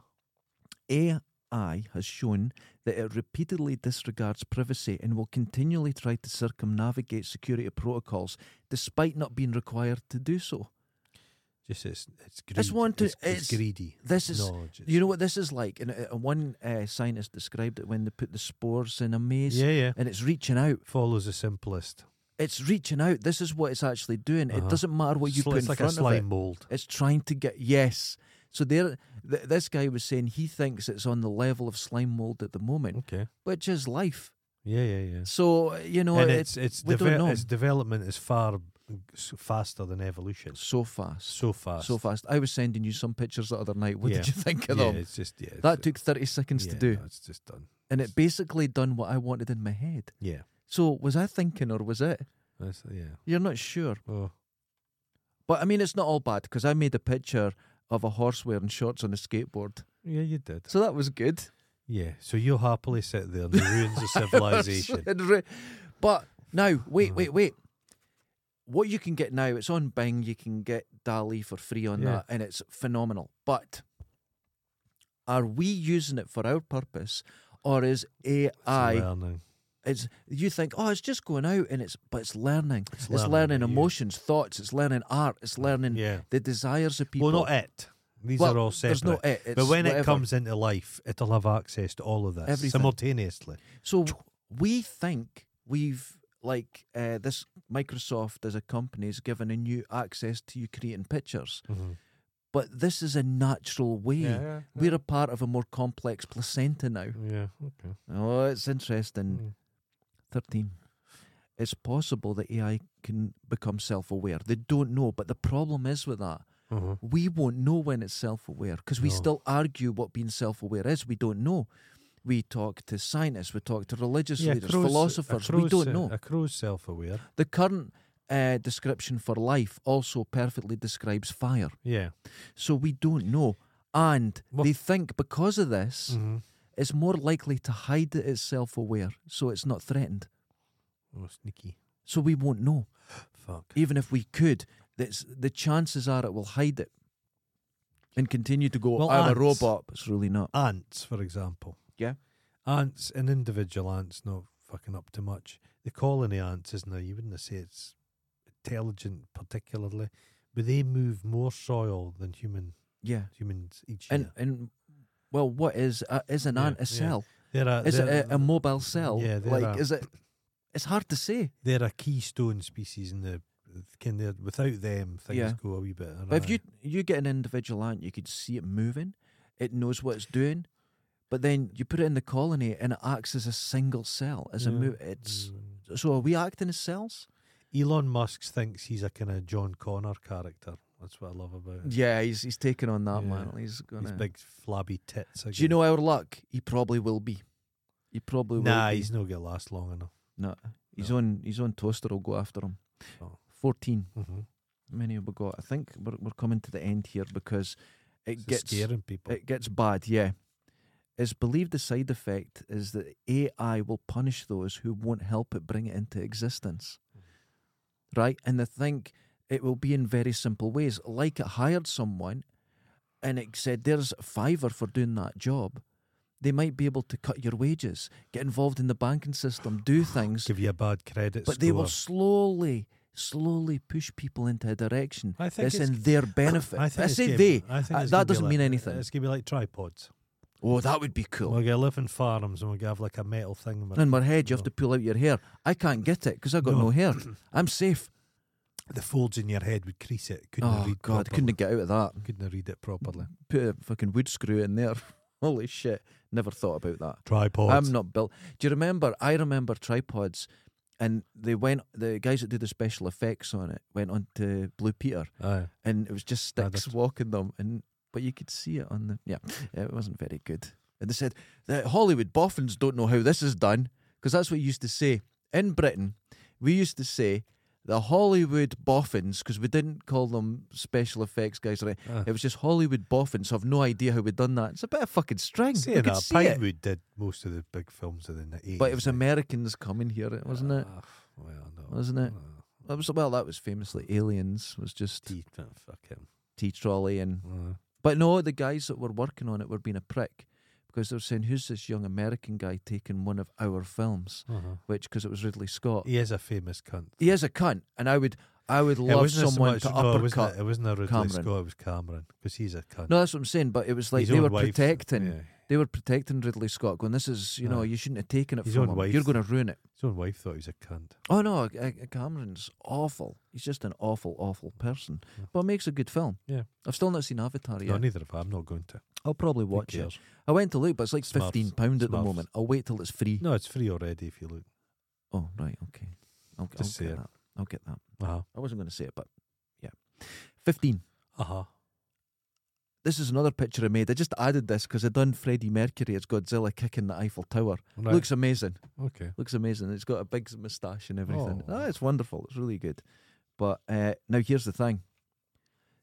A: AI has shown that it repeatedly disregards privacy and will continually try to circumnavigate security protocols despite not being required to do so.
C: Just it's it's greedy.
A: It's wanted-
C: it's, it's
A: it's-
C: greedy.
A: This is
C: knowledge. It's-
A: You know what this is like? And uh, one uh, scientist described it when they put the spores in a maze
C: yeah, yeah.
A: and it's reaching out.
C: Follows the simplest.
A: It's reaching out. This is what it's actually doing. It
C: Uh-huh.
A: doesn't matter what you
C: Sli-
A: put
C: it's
A: in
C: like
A: front
C: a slime
A: of
C: mold.
A: it. It's trying to get yes. So there, th- this guy was saying he thinks it's on the level of slime mold at the moment,
C: Okay.
A: which is life.
C: Yeah, yeah, yeah.
A: So you know,
C: and
A: it's,
C: it's it's
A: we don't
C: deve-
A: know.
C: its development is far s- faster than evolution.
A: so fast,
C: So fast.
A: so fast. I was sending you some pictures the other night. What did you
C: Yeah.
A: think
C: Yeah,
A: of them?
C: it's just yeah. it's-
A: That took thirty seconds to
C: yeah,
A: do,
C: no, it's just done.
A: and it basically done what I wanted in my head.
C: Yeah.
A: So was I thinking or was it?
C: That's, yeah.
A: You're not sure.
C: Oh.
A: But I mean, it's not all bad because I made a picture of a horse wearing shorts on a skateboard.
C: Yeah, you did.
A: So that was good.
C: Yeah. So you'll happily sit there in the
A: <laughs>
C: ruins of civilization.
A: It re- but now, wait,
C: Mhm.
A: wait, wait. What you can get now, it's on Bing, you can get Dali for free on
C: Yeah.
A: that, and it's phenomenal. But are we using it for our purpose? Or is AI?
C: It's learning.
A: It's you think, oh, it's just going out, and it's but it's learning. It's,
C: learning
A: learning,
C: about you.
A: emotions, thoughts. It's learning art. It's learning
C: Yeah.
A: the desires of people.
C: Well, not it. These
A: Well,
C: are all
A: There's
C: separate.
A: no it. It's
C: but when
A: whatever.
C: it comes into life, it'll have access to all of this
A: Everything.
C: simultaneously.
A: so we think we've like uh, this Microsoft as a company is given a new access to you creating pictures,
C: Mm-hmm.
A: but this is a natural way. We're a part of a more complex placenta now.
C: yeah, okay.
A: Oh, it's interesting.
C: Hmm.
A: Thirteen. It's possible that AI can become self-aware. They don't know, but the problem is with that.
C: Mm. Uh-huh.
A: we won't know when it's self aware because we
C: No.
A: still argue what being self aware is. We don't know. We talk to scientists, we talk to religious leaders, philosophers. we don't know.
C: A crow's self-aware.
A: the current uh, description for life also perfectly describes fire.
C: Yeah.
A: So we don't know. And
C: Well- Mm.
A: they think because of this,
C: Mm-hmm.
A: it's more likely to hide that it's self aware so it's not threatened.
C: Oh, sneaky.
A: So we won't know.
C: Fuck.
A: Even if we could, that's, the chances are it will hide it and continue to go,
C: Well,
A: I'm a
C: ants-
A: robot. It's really not.
C: Ants, for example.
A: Yeah.
C: Ants and individual ants not fucking up to much. The colony ants is now you wouldn't say it's intelligent particularly, but they move more soil than human
A: Yeah.
C: humans each
A: And
C: year.
A: and well, what is uh, is an
C: Yeah,
A: ant a
C: yeah.
A: cell?
C: They're a,
A: Is it
C: they're,
A: a, a mobile cell?
C: Yeah, they're
A: like
C: a-
A: is it? It's hard to say.
C: they're a keystone species in the can they without them things
A: Yeah.
C: go a wee bit.
A: But if
C: awry.
A: you you get an individual ant, you could see it moving. It knows what it's doing. But then you put it in the colony, and it acts as a single cell. As a
C: Yeah.
A: move, it's
C: Mm.
A: so. Are we acting as cells?
C: Elon Musk thinks he's a kind of John Connor character. That's what I love about it.
A: Yeah, he's he's taking on that
C: Yeah.
A: man. He's gonna.
C: His big flabby tits. Again.
A: Do you know our luck? He probably will be. He probably will.
C: Nah,
A: be.
C: he's not gonna last long enough.
A: no. He's
C: no.
A: on. He's on toaster. will go after him.
C: Oh.
A: Fourteen.
C: Mm-hmm.
A: How many have we got? I think we're we're coming to the end here because it
C: It's
A: gets
C: scaring people.
A: it gets bad. Yeah, it's believed the side effect is that AI will punish those who won't help it bring it into existence.
C: Mm-hmm.
A: Right, and they think it will be in very simple ways, like it hired someone, and it said, "There's a fiver for doing that job." They might be able to cut your wages, get involved in the banking system,
C: <sighs>
A: do things,
C: Give you a bad credit
A: but
C: score.
A: they will slowly, slowly push people into a direction
C: <coughs> I think
A: that's
C: it's-
A: in their benefit. I,
C: it's
A: say
C: gonna-
A: they.
C: I think
A: uh,
C: it's gonna
A: that
C: be
A: doesn't mean
C: like-
A: anything.
C: It's gonna be like tripods.
A: Oh, that would be
C: We're
A: cool.
C: gonna live in farms and we're gonna have like a metal thing.
A: In my head, you have to pull out your hair. I can't get it because I got no,
C: No.
A: hair. I'm safe.
C: the folds in your head would crease it. Couldn't
A: Oh
C: read
A: God,
C: properly.
A: couldn't Mm. get out of that.
C: couldn't read it properly.
A: Put a fucking wood screw in there. <laughs> Holy shit! Never thought about that.
C: Tripods.
A: I'm not built. Do you remember? I remember tripods, and they went. The guys that did the special effects on it went on to Blue Peter,
C: Aye.
A: and it was just
C: I
A: sticks
C: just-
A: walking them, and but you could see it on the yeah. yeah, It wasn't very good, and they said the Hollywood boffins don't know how this is done because that's what you used to say in Britain. We used to say the Hollywood boffins because we didn't call them special effects guys. Right?
C: Ah.
A: It was just Hollywood boffins. So I've no idea how we'd done that. It's a bit of fucking string.
C: Saying
A: we could
C: that,
A: see it.
C: Pinewood did most of the big films of the eighties.
A: But it was Americans coming here, wasn't
C: Ah.
A: it?
C: well, no.
A: Wasn't it? <laughs>
C: Uh,
A: That was well, that was famously Aliens was just
C: teeth, uh, fuck him.
A: tea trolley and
C: Uh,
A: but no, the guys that were working on it were being a prick because they were saying, "Who's this young American guy taking one of our films?"
C: uh-huh.
A: Which because it was Ridley Scott,
C: He is a famous cunt.
A: he is a cunt, and I would I would love
C: wasn't as
A: someone
C: much-
A: to
C: no, it wasn't,
A: uppercut.
C: a- it wasn't a Ridley
A: Cameron.
C: Scott, it was Cameron, because he's a cunt.
A: No, that's what I'm saying. But it was like
C: His
A: they
C: own
A: were
C: wife's-
A: protecting,
C: Yeah.
A: they were protecting Ridley Scott, going, "This is you know
C: Aye.
A: you shouldn't have taken it
C: His
A: from
C: own
A: him.
C: wife-
A: You're going to ruin it."
C: His own wife thought he was a cunt.
A: Oh no, uh, uh, Cameron's awful. He's just an awful, awful person.
C: Yeah.
A: But it makes a good film.
C: Yeah.
A: I've still not seen Avatar
C: No,
A: yet.
C: neither have I. I'm not going to.
A: I'll probably watch it.
C: cares?
A: I went to look, but it's like
C: Smurfs.
A: fifteen pound at the
C: Smurfs.
A: moment. I'll wait till it's free.
C: No, it's free already if you look.
A: Oh right, okay. I'll, I'll
C: Just say
A: get
C: it.
A: that. I'll get that.
C: Uh-huh.
A: I wasn't going to say it, but yeah, fifteen.
C: Uh-huh.
A: This is another picture I made. I just added this because I done Freddie Mercury as Godzilla kicking the Eiffel Tower.
C: Right.
A: Looks amazing.
C: Okay.
A: Looks amazing. It's got a big moustache and everything.
C: Oh.
A: Ah, it's wonderful. It's really good. But uh, now here's the thing.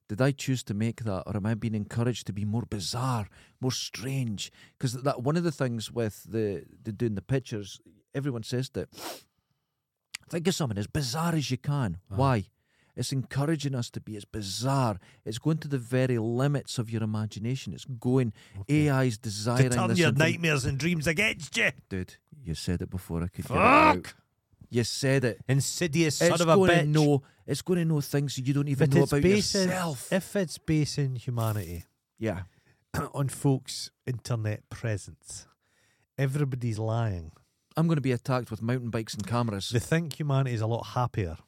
A: Did I choose to make that, or am I being encouraged to be more bizarre, more strange? Because that one of the things with the, the doing the pictures, everyone says that. Think of something as bizarre as you can.
C: Uh-huh.
A: Why? It's encouraging us to be as bizarre. It's going to the very limits of your imagination. It's going. AI's desiring this information
C: and dreams against you.
A: dude. You said it before I could get it out.
C: Fuck!
A: You said it.
C: Insidious
A: it's
C: son of a
A: gonna
C: bitch.
A: know. It's going to know things you don't even
C: But
A: know
C: it's
A: about
C: basing-
A: yourself.
C: If it's basing humanity <clears throat>
A: yeah,
C: on folks' internet presence, everybody's lying.
A: I'm going to be attacked with mountain bikes and cameras.
C: They think humanity is a lot happier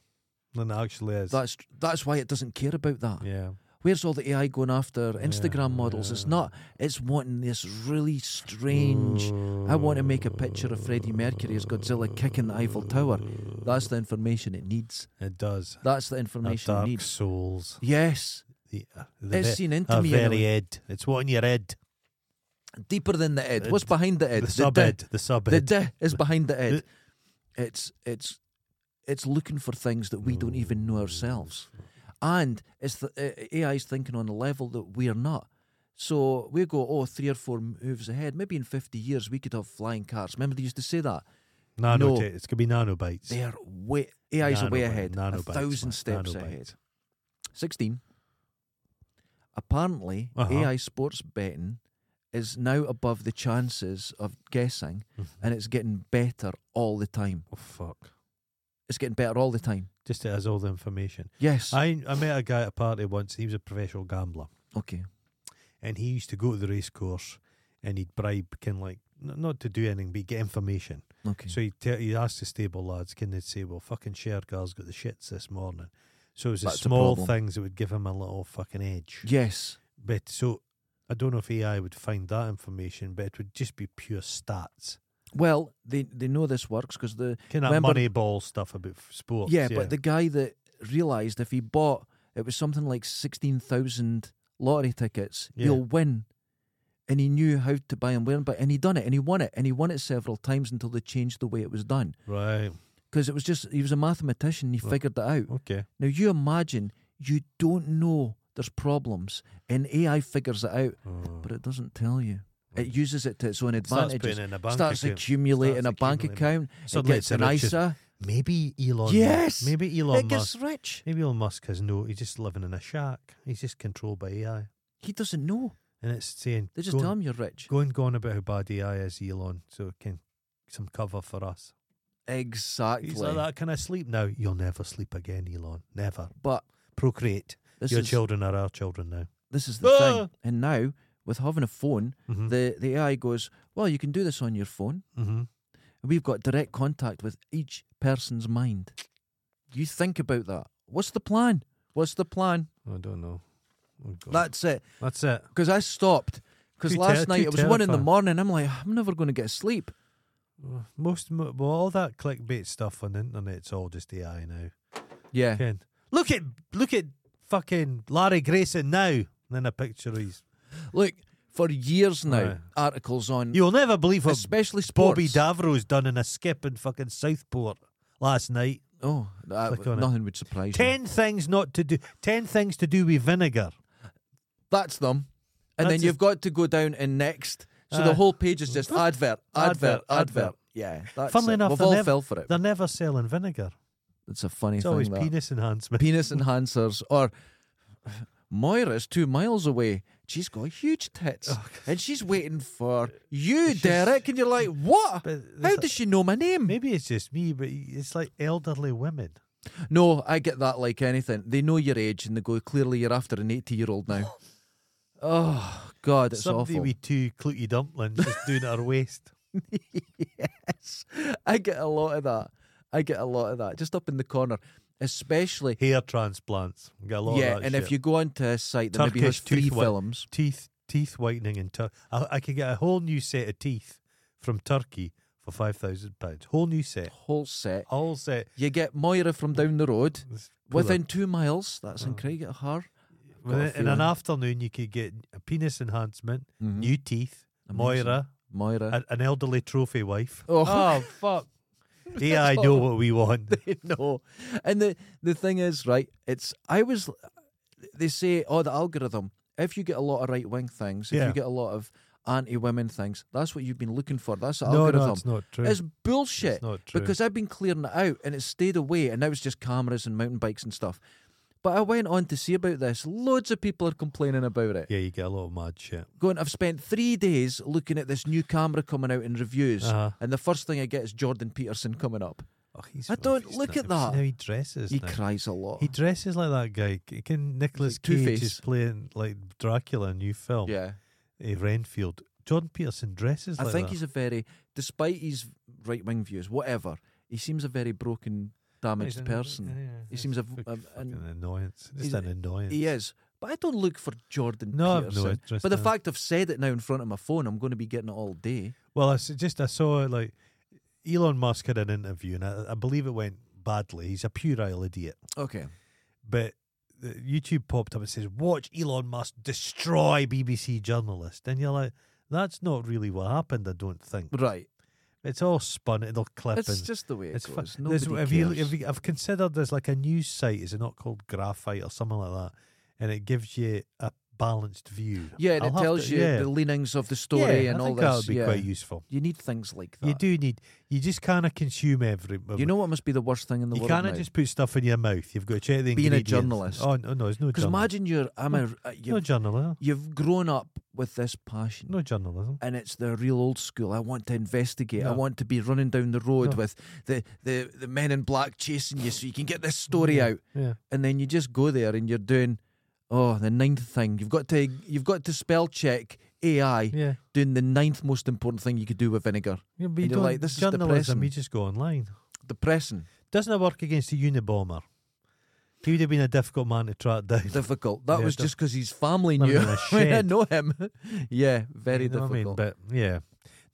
C: than it actually is.
A: That's that's why it doesn't care about that.
C: yeah.
A: Where's all the AI going after Instagram models? It's not. It's wanting this really strange. I want to make a picture of Freddie Mercury as Godzilla kicking the Eiffel Tower. That's the information it needs.
C: It does.
A: That's the
C: Our
A: information it
C: dark
A: needs.
C: souls.
A: Yes,
C: The, uh, the
A: it's
C: ve-
A: seen into
C: our
A: me. in a
C: very
A: way.
C: ed. It's what in your ed.
A: Deeper than the id.
C: Uh,
A: What's behind the id?
C: The
A: The
C: sub
A: di-
C: ed. The sub
A: The
C: ed.
A: d is behind the ed. It's it's it's looking for things that we don't even know ourselves, and it's the uh, AI's thinking on a level that we're not. So we go, oh, three or four moves ahead. Maybe in fifty years we could have flying cars. Remember they used to say that
C: Nano.
A: No.
C: It's gonna be nanobytes.
A: they're way AI's are way
C: Nanobyte-
A: ahead, a
C: nanobytes,
A: thousand
C: man,
A: steps
C: nanobytes.
A: ahead. Sixteen. Apparently,
C: Uh-huh.
A: AI sports betting is now above the chances of guessing, and it's getting better all the time.
C: oh fuck!
A: It's getting better all the time.
C: Just it has all the information.
A: Yes.
C: I I met a guy at a party once. He was a professional gambler,
A: okay.
C: and he used to go to the race course, and he'd bribe kind of like n- not to do anything, but he'd get information.
A: Okay.
C: So he te- he asked the stable lads, can they say, well, fucking share car's got the shits this morning. So it was the
A: That's a
C: small
A: problem.
C: things that would give him a little fucking edge.
A: yes.
C: But so I don't know if AI would find that information, but it would just be pure stats.
A: Well, they they know this works because the
C: Kind of
A: Remember-
C: money ball stuff about f- sports.
A: yeah, but the guy that realized if he bought it was something like sixteen thousand lottery tickets,
C: Yeah.
A: he'll win. And he knew how to buy and win, but and he done it, and he won it, and he won it several times until they changed the way it was done.
C: right.
A: Because it was just he was a mathematician, he
C: Right.
A: figured that out.
C: Okay.
A: Now you imagine you don't know there's problems, and AI figures it out,
C: Oh.
A: but it doesn't tell you. It uses it to its own
C: Starts
A: advantage.
C: putting in a bank
A: starts
C: account.
A: accumulating
C: Starts
A: a bank
C: accumulating.
A: account. It
C: Suddenly
A: gets
C: it's
A: an
C: the richest-
A: ISA.
C: Maybe Elon. Musk-
A: Yes.
C: Maybe Elon
A: It
C: Musk.
A: gets rich.
C: Maybe Elon Musk has no. He's just living in a shack. He's just controlled by AI,
A: He doesn't know.
C: and it's saying
A: They just
C: go
A: tell
C: and-
A: him you're rich.
C: Go and go on about how bad AI is, Elon. So it can some cover for us.
A: Exactly.
C: He's like that. Can I sleep now? You'll never sleep again, Elon. Never
A: But
C: procreate.
A: this
C: Your
A: is
C: children are our children now.
A: this is the
C: Ah!
A: thing. And now with having a phone,
C: Mhm.
A: the the AI goes, well, you can do this on your phone.
C: Mm-hmm.
A: We've got direct contact with each person's mind. You think about that. What's the plan? What's the plan?
C: I don't know. Oh, God.
A: That's it.
C: That's it.
A: Because I stopped. Because
C: Too
A: last
C: ter-
A: night
C: too
A: it was one in the
C: terrifying.
A: morning. I'm like, I'm never going to get sleep.
C: Well, Most mo- well, all that clickbait stuff on the internet's all just AI now.
A: Yeah.
C: Ken, look at look at fucking Larry Grayson now. And then a picture of his.
A: Look, for years now,
C: Right.
A: articles on,
C: You'll never believe what
A: especially sports.
C: Bobby Davro's done in a skip in fucking Southport last night.
A: Oh, that,
C: Click on it.
A: nothing would surprise me.
C: Ten things not to do. Ten things to do with vinegar.
A: That's them. And
C: That's
A: then
C: just-
A: you've got to go down and next. So the
C: Aye.
A: whole page is just advert, advert,
C: Advert,
A: advert.
C: advert.
A: Yeah. That's it.
C: Funnily enough,
A: we've
C: they're
A: all
C: never-
A: fell for it.
C: They're never selling vinegar.
A: It's a funny
C: It's
A: thing.
C: always
A: that.
C: penis enhancement.
A: penis enhancers or Moira's two miles away. She's got huge tits, and she's waiting for you,
C: It's Oh, just-
A: Derek. And you're like, what?
C: But
A: How
C: there's a-
A: does she know my name?
C: Maybe it's just me, but it's like elderly women.
A: No, I get that like anything. They know your age, and they go, clearly you're after an 80 year old
C: <gasps>
A: now. oh God, it's
C: Somebody
A: awful.
C: with two clutey dumplings just doing it
A: <laughs>
C: her waist.
A: yes, <laughs> I get a lot of that. I get a lot of that. Just up in the corner, especially.
C: Hair transplants. Got a lot
A: yeah,
C: of that
A: and
C: shit.
A: if you go onto a site that maybe has
C: Turkish
A: three
C: tooth white-
A: films,
C: teeth teeth whitening and tur- I, I could get a whole new set of teeth from Turkey for five thousand pounds. Whole new set,
A: whole set,
C: whole set.
A: you get Moira from down the road.
C: Let's pull
A: Within two miles, that's in
C: Oh.
A: Craig at her.
C: up.
A: got a
C: Within- in an
A: feeling. Mm-hmm.
C: afternoon, you could get a penis enhancement, new teeth,
A: Amazing.
C: Moira,
A: Moira.
C: a, an elderly
A: <laughs>
C: trophy wife.
A: Oh.
C: fuck! yeah, I know what
A: <laughs>
C: we want.
A: no. And the, the thing is, right, it's, I was, they say, oh, the algorithm, if you get a lot of right wing things, if
C: Yeah.
A: you get a lot of anti women things, that's what you've been looking for. That's the
C: <laughs> No,
A: algorithm.
C: no, it's not true.
A: It's bullshit.
C: It's not true.
A: Because I've been clearing it out and it stayed away and now it's just cameras and mountain bikes and stuff. But I went on to see about this. Loads of people are complaining about it.
C: yeah, you get a lot of mad shit.
A: Going, I've spent three days looking at this new camera coming out in reviews,
C: Uh-huh.
A: and the first thing I get is Jordan Peterson coming up.
C: Oh, he's
A: I don't-
C: he's
A: look
C: not-
A: at that.
C: How he dresses.
A: He
C: now.
A: cries a lot.
C: He dresses like that guy. C- Can Nicholas
A: like Two-Face.
C: Cage is playing like Dracula in a new film?
A: yeah,
C: eh, Renfield. John Peterson dresses
A: I
C: like
A: think
C: that.
A: he's a very, despite his right wing views, whatever, he seems a very broken, damaged
C: an-
A: person.
C: yeah,
A: He
C: he's
A: seems a,
C: fuck-
A: a-
C: an,
A: an,
C: annoyance. Just
A: he's
C: an
A: a-
C: annoyance.
A: he is. But I don't look for Jordan
C: No, I've no
A: Peterson.
C: interest
A: but the
C: in him.
A: fact I've said it now in front of my phone, I'm going to be getting it all day.
C: Well, I s- just I saw like Elon Musk had an interview, and I, I believe it went badly. He's a puerile idiot,
A: Okay.
C: but. the YouTube popped up and says, "Watch Elon Musk destroy BBC journalist," and you're like, "That's not really what happened." I don't think
A: Right.
C: it's all spun. It'll clip. and
A: It's just the way it
C: It's fun.
A: goes.
C: There's,
A: Nobody
C: have you,
A: cares.
C: have you, I've considered there's like a news site, is it not called Graphite or something like that? And it gives you a balanced view.
A: Yeah, and
C: I'll
A: it
C: have
A: tells
C: to-
A: you
C: yeah.
A: the leanings of the
C: yeah,
A: story
C: I
A: and all
C: think
A: this.
C: That would be
A: yeah.
C: quite useful.
A: You need things like that.
C: You do need. You just can't consume every.
A: You know what must be the worst thing in the
C: you
A: world?
C: can't just put stuff in your mouth. You've got to check the
A: Being a
C: ingredients.
A: journalist.
C: Oh no, no, it's no
A: Because
C: journalism.
A: imagine you're, I'm a, uh,
C: no
A: you've,
C: journalism.
A: you've grown up with this passion.
C: No journalism.
A: and it's the real old school. I want to investigate. I
C: No.
A: want to be running down the road
C: No.
A: with the, the, the men in black chasing you so you can get this story
C: Yeah.
A: out.
C: Yeah.
A: And then you just go there and you're doing oh, the ninth thing. You've got to you've got to spell check AI
C: Yeah.
A: doing the ninth most important thing you could do with vinegar.
C: Yeah, but you
A: And you're
C: don't,
A: like, this is
C: journalism,
A: depressing.
C: you just go online.
A: Depressing.
C: Doesn't it work against the Unabomber? He would have been a difficult man to track down. <laughs>
A: Difficult. That
C: Yeah,
A: was
C: diff-
A: just because his family
C: Living
A: knew.
C: in a
A: <laughs> I mean, I
C: shed.
A: know him. yeah, very
C: You know what
A: difficult.
C: I mean? But yeah.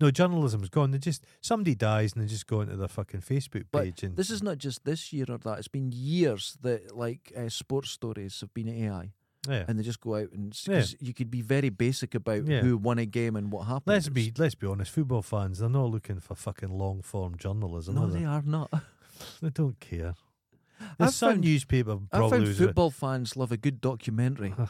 C: No, journalism's gone. They just somebody dies and they just go into their fucking Facebook
A: But
C: page and
A: this is not just this year or that. It's been years that like uh, sports stories have been AI.
C: yeah.
A: and they just go out and
C: Yeah.
A: because you could be very basic about
C: Yeah.
A: who won a game and what happened. <laughs>
C: Let's be let's be honest, football fans, they're not looking for fucking long form journalism.
A: no,
C: are they?
A: they are
C: <laughs>
A: not.
C: They don't care. The
A: I've
C: Sun
A: found-
C: newspaper
A: I
C: probably
A: found
C: was
A: football fans love a good documentary.
C: the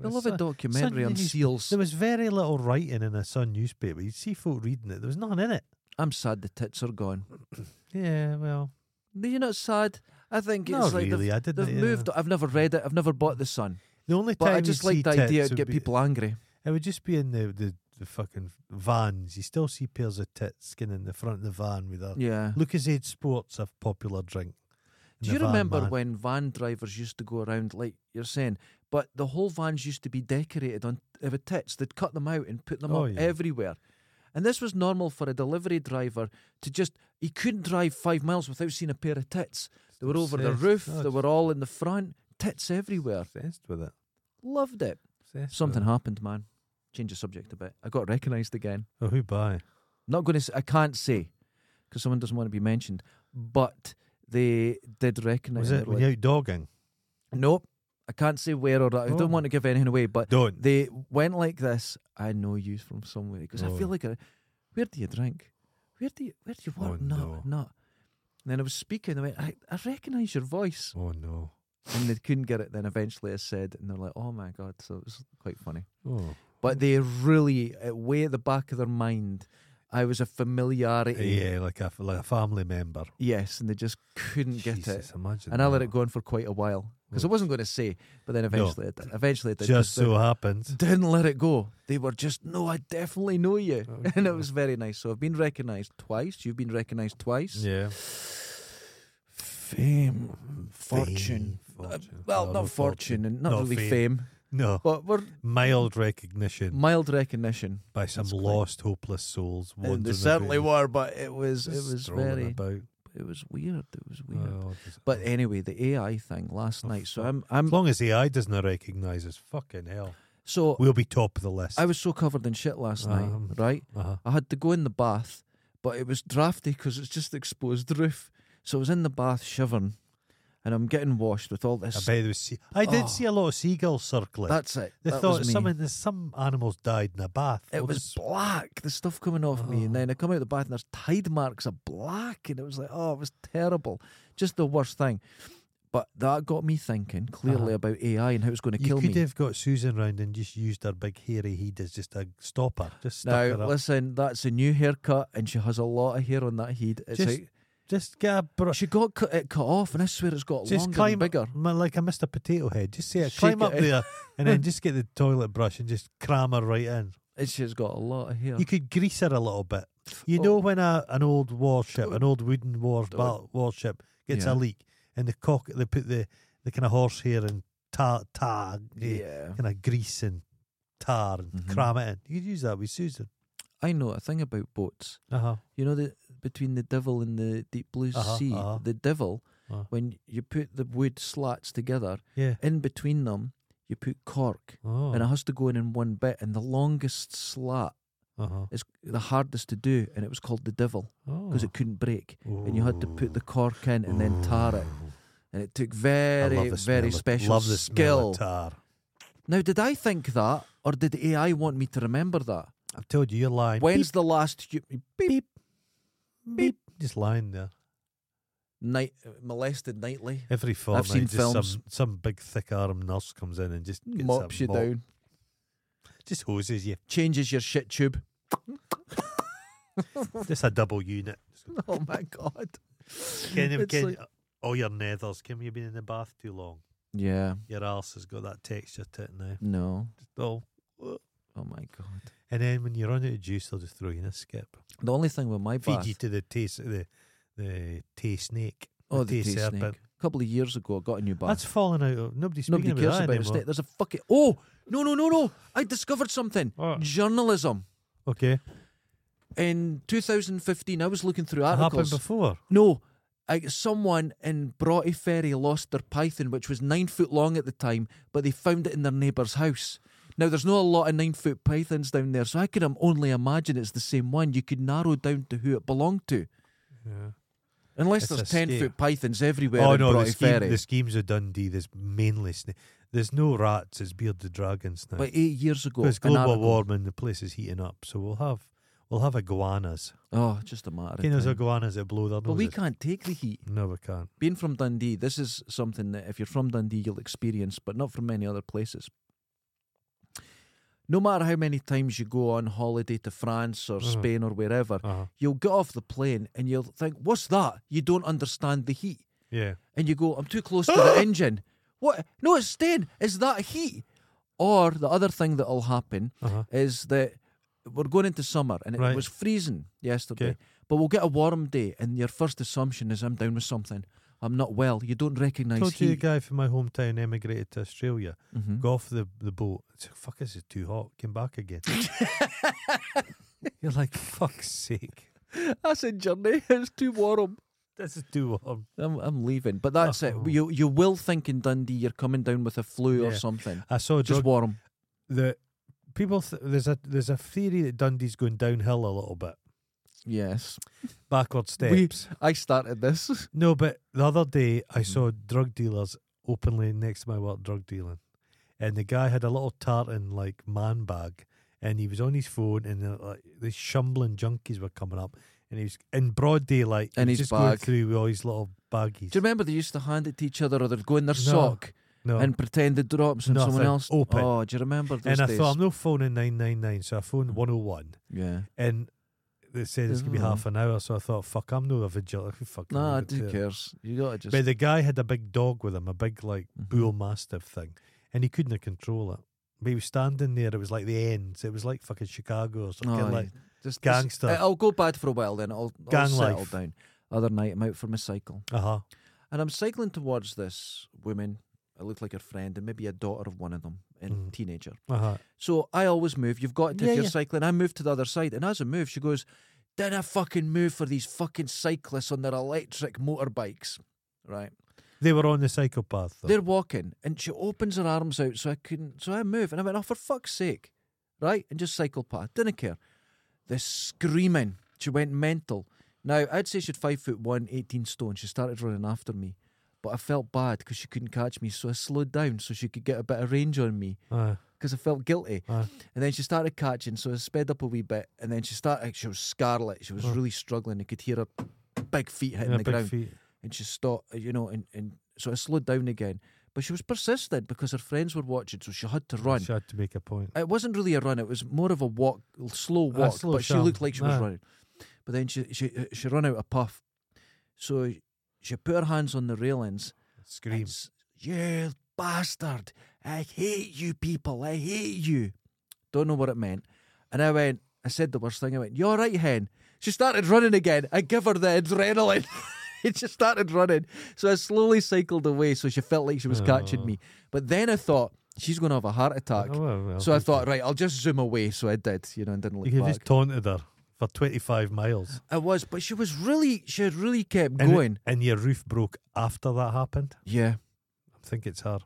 A: They love a
C: Sun-
A: documentary on
C: Sunday news-
A: seals.
C: There was very little writing in a Sun newspaper. You'd see folk reading it. There was nothing in it.
A: I'm sad the tits are gone.
C: Yeah, well,
A: No, You're not sad. I think
C: not
A: it's like
C: really.
A: they've,
C: I didn't.
A: they've
C: you know.
A: moved. I've never read it. I've never bought the Sun,
C: The only
A: but
C: time
A: I
C: you'd
A: just
C: see
A: like the idea
C: tits
A: it'd
C: would
A: get
C: be-
A: people angry.
C: It would just be in the, the, the fucking vans. You still see pairs of tits skinning the front of the van with a
A: Yeah.
C: Lucasade Sports a popular drink. in
A: Do you
C: the van,
A: remember
C: man.
A: when van drivers used to go around like you're saying? But the whole vans used to be decorated on uh, with tits. They'd cut them out and put them
C: Oh,
A: up
C: yeah.
A: everywhere. And this was normal for a delivery driver to just he couldn't drive five miles without seeing a pair of tits. They were over the
C: Obsessed.
A: roof.
C: No,
A: They
C: it's
A: were all in the front. Tits everywhere.
C: obsessed with it?
A: Loved it.
C: Obsessed
A: Something
C: With it.
A: happened, man. Change the subject a bit. I got recognised again.
C: Oh, who by?
A: Not going to. s I can't say because someone doesn't want to be mentioned. But they did recognise.
C: Was
A: me.
C: it
A: They're like,
C: when you're out dogging?
A: Nope. I can't say where or I
C: Oh.
A: don't want to give anything away, but
C: Don't.
A: they went like this. I know you from somewhere because I
C: Oh.
A: feel like a, where do you drink? Where do you where do you
C: Oh,
A: work? no,
C: no.
A: not. And then I was speaking. I went. I, I recognise your voice,
C: Oh no.
A: and they couldn't get it. Then eventually I said, and they're like, "Oh my god!" So it was quite funny.
C: Oh.
A: But they really, uh, way at the back of their mind, I was a familiarity.
C: Yeah, like a like a family member.
A: Yes, and they just couldn't get it.
C: Jesus, Imagine.
A: And I let
C: that.
A: it go on for quite a while because I
C: Oh.
A: wasn't going to say, but then eventually, I did. eventually, I did.
C: Just, so happens.
A: didn't let it go. They were just, no, I definitely know you.
C: Oh,
A: <laughs> and it
C: God.
A: was very nice. So I've been recognised twice. You've been recognised twice.
C: Yeah.
A: Fame, fortune.
C: Fame,
A: Uh,
C: fortune.
A: well,
C: No,
A: not
C: no
A: fortune and not
C: No,
A: really fame.
C: fame. No.
A: but we're
C: Mild recognition.
A: mild recognition.
C: by some
A: That's quite-
C: lost, hopeless souls.
A: And
C: wandering
A: they certainly
C: about,
A: were, but it was it
C: just
A: was
C: strolling
A: very
C: about.
A: it was weird. It was weird.
C: Oh, just-
A: but um,
C: oh.
A: anyway, the AI thing last
C: Oh,
A: night. So
C: fuck.
A: I'm
C: as
A: I'm
C: long as AI doesn't recognise us, fucking hell,
A: so
C: we'll be top of the list.
A: I was so covered in shit last
C: Um,
A: night, right?
C: uh-huh.
A: I had to go in the bath, but it was drafty because it's just exposed roof. So I was in the bath shivering, and I'm getting washed with all
C: I
A: this.
C: bet there was. Sea- I did
A: Oh.
C: see a lot of seagulls circling.
A: That's it.
C: they
A: that
C: thought
A: was me.
C: some there's some animals died in a bath.
A: It
C: Well,
A: was
C: this-
A: black, the stuff coming off me, and
C: Oh.
A: then I come out of the bath and there's tide marks of black, and it was like, oh, it was terrible, just the worst thing. But that got me thinking clearly
C: Uh-huh.
A: about AI and how it's going to
C: you
A: kill
C: could
A: me.
C: have got Susan round and just used her big hairy head as just a stopper. Just stuck her
A: Now
C: up.
A: listen, that's a new haircut, and she has a lot of hair on that head. It's
C: Just-
A: like
C: just get a br-
A: she got cut, it cut off, and I swear it's got
C: just
A: longer
C: climb
A: and bigger.
C: ma- like a Mr. Potato Head. Just say it,
A: Shake
C: climb
A: it
C: up
A: in.
C: there
A: <laughs>
C: and then just get the toilet brush and just cram her right in.
A: And she's got a lot of hair.
C: You could grease her a little bit. You
A: Oh.
C: know when a an old warship, an old wooden war,
A: Don't.
C: ba- warship gets
A: Yeah.
C: a leak, and the cock they put the the kind of horsehair and tar tar
A: yeah.
C: kind of grease and tar and
A: Mhm.
C: cram it in. You could use that with Susan.
A: I know a thing about boats.
C: Uh huh.
A: You know the between the devil and the deep blue
C: Uh-huh,
A: sea,
C: uh-huh.
A: the devil
C: Uh.
A: when you put the wood slats together,
C: Yeah.
A: in between them you put cork.
C: Oh.
A: And it has to go in in one bit, and the longest slat
C: Uh huh.
A: is the hardest to do, and it was called the devil
C: Oh.
A: because it couldn't break, and you had to put the cork in and then tar it,
C: Oh.
A: and it took very, very special
C: love the smell
A: skill.
C: of tar.
A: Now, did I think that, or did AI want me to remember that?
C: I've told you, you're lying.
A: When's the last hu- beep,
C: beep, beep, beep. Just lying there.
A: night molested nightly?
C: Every fortnight,
A: seen
C: just some
A: films.
C: some big thick arm nurse comes in and just gets a
A: mops you
C: mop.
A: down.
C: Just hoses you.
A: Changes your shit tube. <laughs>
C: Just a
A: <laughs>
C: double unit.
A: Oh my god.
C: Can,
A: It's
C: can,
A: like-
C: all oh, your nethers. Kim, you've been in the bath too long.
A: yeah.
C: Your arse has got that texture to it now.
A: No.
C: Just all.
A: Oh my god.
C: And then when you run out of juice, they'll just throw you in a skip.
A: The only thing with my
C: Feed
A: bath.
C: you to the taste of the the tay snake.
A: oh, the tea snake.
C: serpent.
A: A couple of years ago, I got a new bath.
C: That's fallen out. of Nobody's speaking
A: Nobody cares
C: about
A: about
C: that
A: a
C: anymore.
A: snake. There's a fucking. Oh no no no no! I discovered something.
C: What?
A: Journalism.
C: Okay,
A: In 2015, I was looking through
C: That
A: articles.
C: happened before.
A: No, I, someone in Broughty Ferry lost their python, which was nine foot long at the time, but they found it in their neighbour's house. Now, there's not a lot of nine foot pythons down there, so I can um, only imagine it's the same one. You could narrow down to who it belonged to.
C: Yeah.
A: Unless
C: It's a
A: there's 10
C: scale.
A: foot pythons everywhere
C: oh
A: in
C: no,
A: Broughty
C: the, scheme,
A: Ferry.
C: the schemes of Dundee. There's mainly snake. There's no rats. It's bearded dragons now.
A: But eight years ago,
C: Because
A: an
C: global
A: article-
C: warming, the place is heating up, so we'll have we'll have iguanas.
A: Oh, just a matter.
C: Can
A: of
C: those
A: time.
C: iguanas that blow their
A: But we
C: noses?
A: can't take the heat.
C: No, we can't.
A: Being from Dundee, this is something that if you're from Dundee, you'll experience, but not from many other places. No matter how many times you go on holiday to France or
C: Mhm.
A: Spain or wherever,
C: Uh-huh.
A: you'll get off the plane and you'll think, What's that? You don't understand the heat.
C: Yeah.
A: And you go, I'm too close to
C: <gasps>
A: the engine. What? No, it's staying. Is that heat? Or the other thing that'll happen
C: Uh-huh.
A: is that we're going into summer and it
C: Right.
A: was freezing yesterday,
C: Okay.
A: but we'll get a warm day, and your first assumption is I'm down with something. I'm not well. You don't recognise
C: Told you the
A: heat.
C: guy from my hometown emigrated to Australia.
A: Mhm.
C: Go off the, the boat. It's like, fuck, this is too hot. Came
A: <laughs>
C: back again. <laughs> You're like, fuck's sake.
A: <laughs> That's a journey. <laughs> It's too warm.
C: This is too warm.
A: I'm, I'm leaving. But that's
C: Oh.
A: it. You you will think in Dundee you're coming down with a flu or
C: Yeah.
A: something.
C: I saw a
A: Just
C: drug
A: warm.
C: that people th- there's a there's a theory that Dundee's going downhill a little bit.
A: Yes.
C: Backward
A: We-
C: steps.
A: I started this. <laughs>
C: No, but the other day I saw drug dealers openly next to my work drug dealing. And the guy had a little tartan like man bag and he was on his phone and uh, like these shumbling junkies were coming up and he was in broad daylight
A: In
C: he was
A: his
C: just going
A: bag.
C: through with all his little baggies.
A: Do you remember they used to hand it to each other or they'd go in their
C: No.
A: sock
C: no.
A: and pretend it drops on someone
C: Oh. Nothing.
A: else?
C: Open.
A: Oh, do you remember those
C: and I
A: days?
C: thought I'm no phoning nine nine nine, so I
A: Mm.
C: phoned one oh one
A: yeah.
C: and they said it's gonna be
A: Oh.
C: half an hour, so I thought, fuck, I'm no a vigil fuck
A: Nah,
C: I'm not
A: who
C: there.
A: cares? You gotta just Mm-hmm.
C: But the guy had a big dog with him, a big like bull mastiff thing, and he couldn't control it. But he was standing there. It was like the ends. It was like fucking Chicago or something.
A: Aye.
C: like
A: just
C: gangster.
A: Just, I'll go bad for a while then. I'll, I'll
C: Gang
A: settle
C: life.
A: down. Other night, I'm out for my cycle,
C: uh huh.
A: and I'm cycling towards this woman. I look like her friend, and maybe a daughter of one of them, and
C: Mhm.
A: teenager.
C: Uh huh.
A: So I always move. You've got to
C: Yeah,
A: if you're
C: yeah.
A: cycling. I move to the other side, and as I move, she goes, "Did I fucking move for these fucking cyclists on their electric motorbikes?" Right.
C: They were on the psychopath. Though.
A: They're walking, and she opens her arms out, so I couldn't. So I move, and I went, "Oh, for fuck's sake!" Right, and just cycle past. Didn't care. The screaming. She went mental. Now I'd say she'd five foot one, 18 stone. She started running after me, but I felt bad because she couldn't catch me, so I slowed down so she could get a bit of range on me
C: Aye.
A: because I felt guilty.
C: Aye.
A: And then she started catching, so I sped up a wee bit. And then she started. She was scarlet. She was
C: Huh.
A: really struggling. I could hear her big feet hitting
C: yeah,
A: the
C: big
A: ground
C: feet.
A: and she stopped, you know, and, and so I slowed down again. But she was persistent because her friends were watching, so she had to run.
C: She had to make a point.
A: It wasn't really a run; it was more of a walk, slow
C: A
A: walk.
C: slow
A: but she
C: jam,
A: looked like she was
C: aye.
A: running. But then she she uh, she ran out a puff, so she put her hands on the railings. and
C: Scream.
A: s- You bastard! I hate you people. I hate you. Don't know what it meant. And I went. I said the worst thing. I went. You're right, hen. She started running again. I give her the adrenaline. <laughs> It just started running. So I slowly cycled away. So she felt like she was catching
C: Oh.
A: me. But then I thought, she's going to have a heart attack.
C: Oh, well, well,
A: so I
C: okay.
A: thought, right, I'll just zoom away. So I did, you know, and didn't look
C: you
A: back.
C: just taunted her for 25 miles.
A: I was, but she was really, she had really kept
C: And,
A: going.
C: and your roof broke after that happened.
A: Yeah,
C: I think it's her.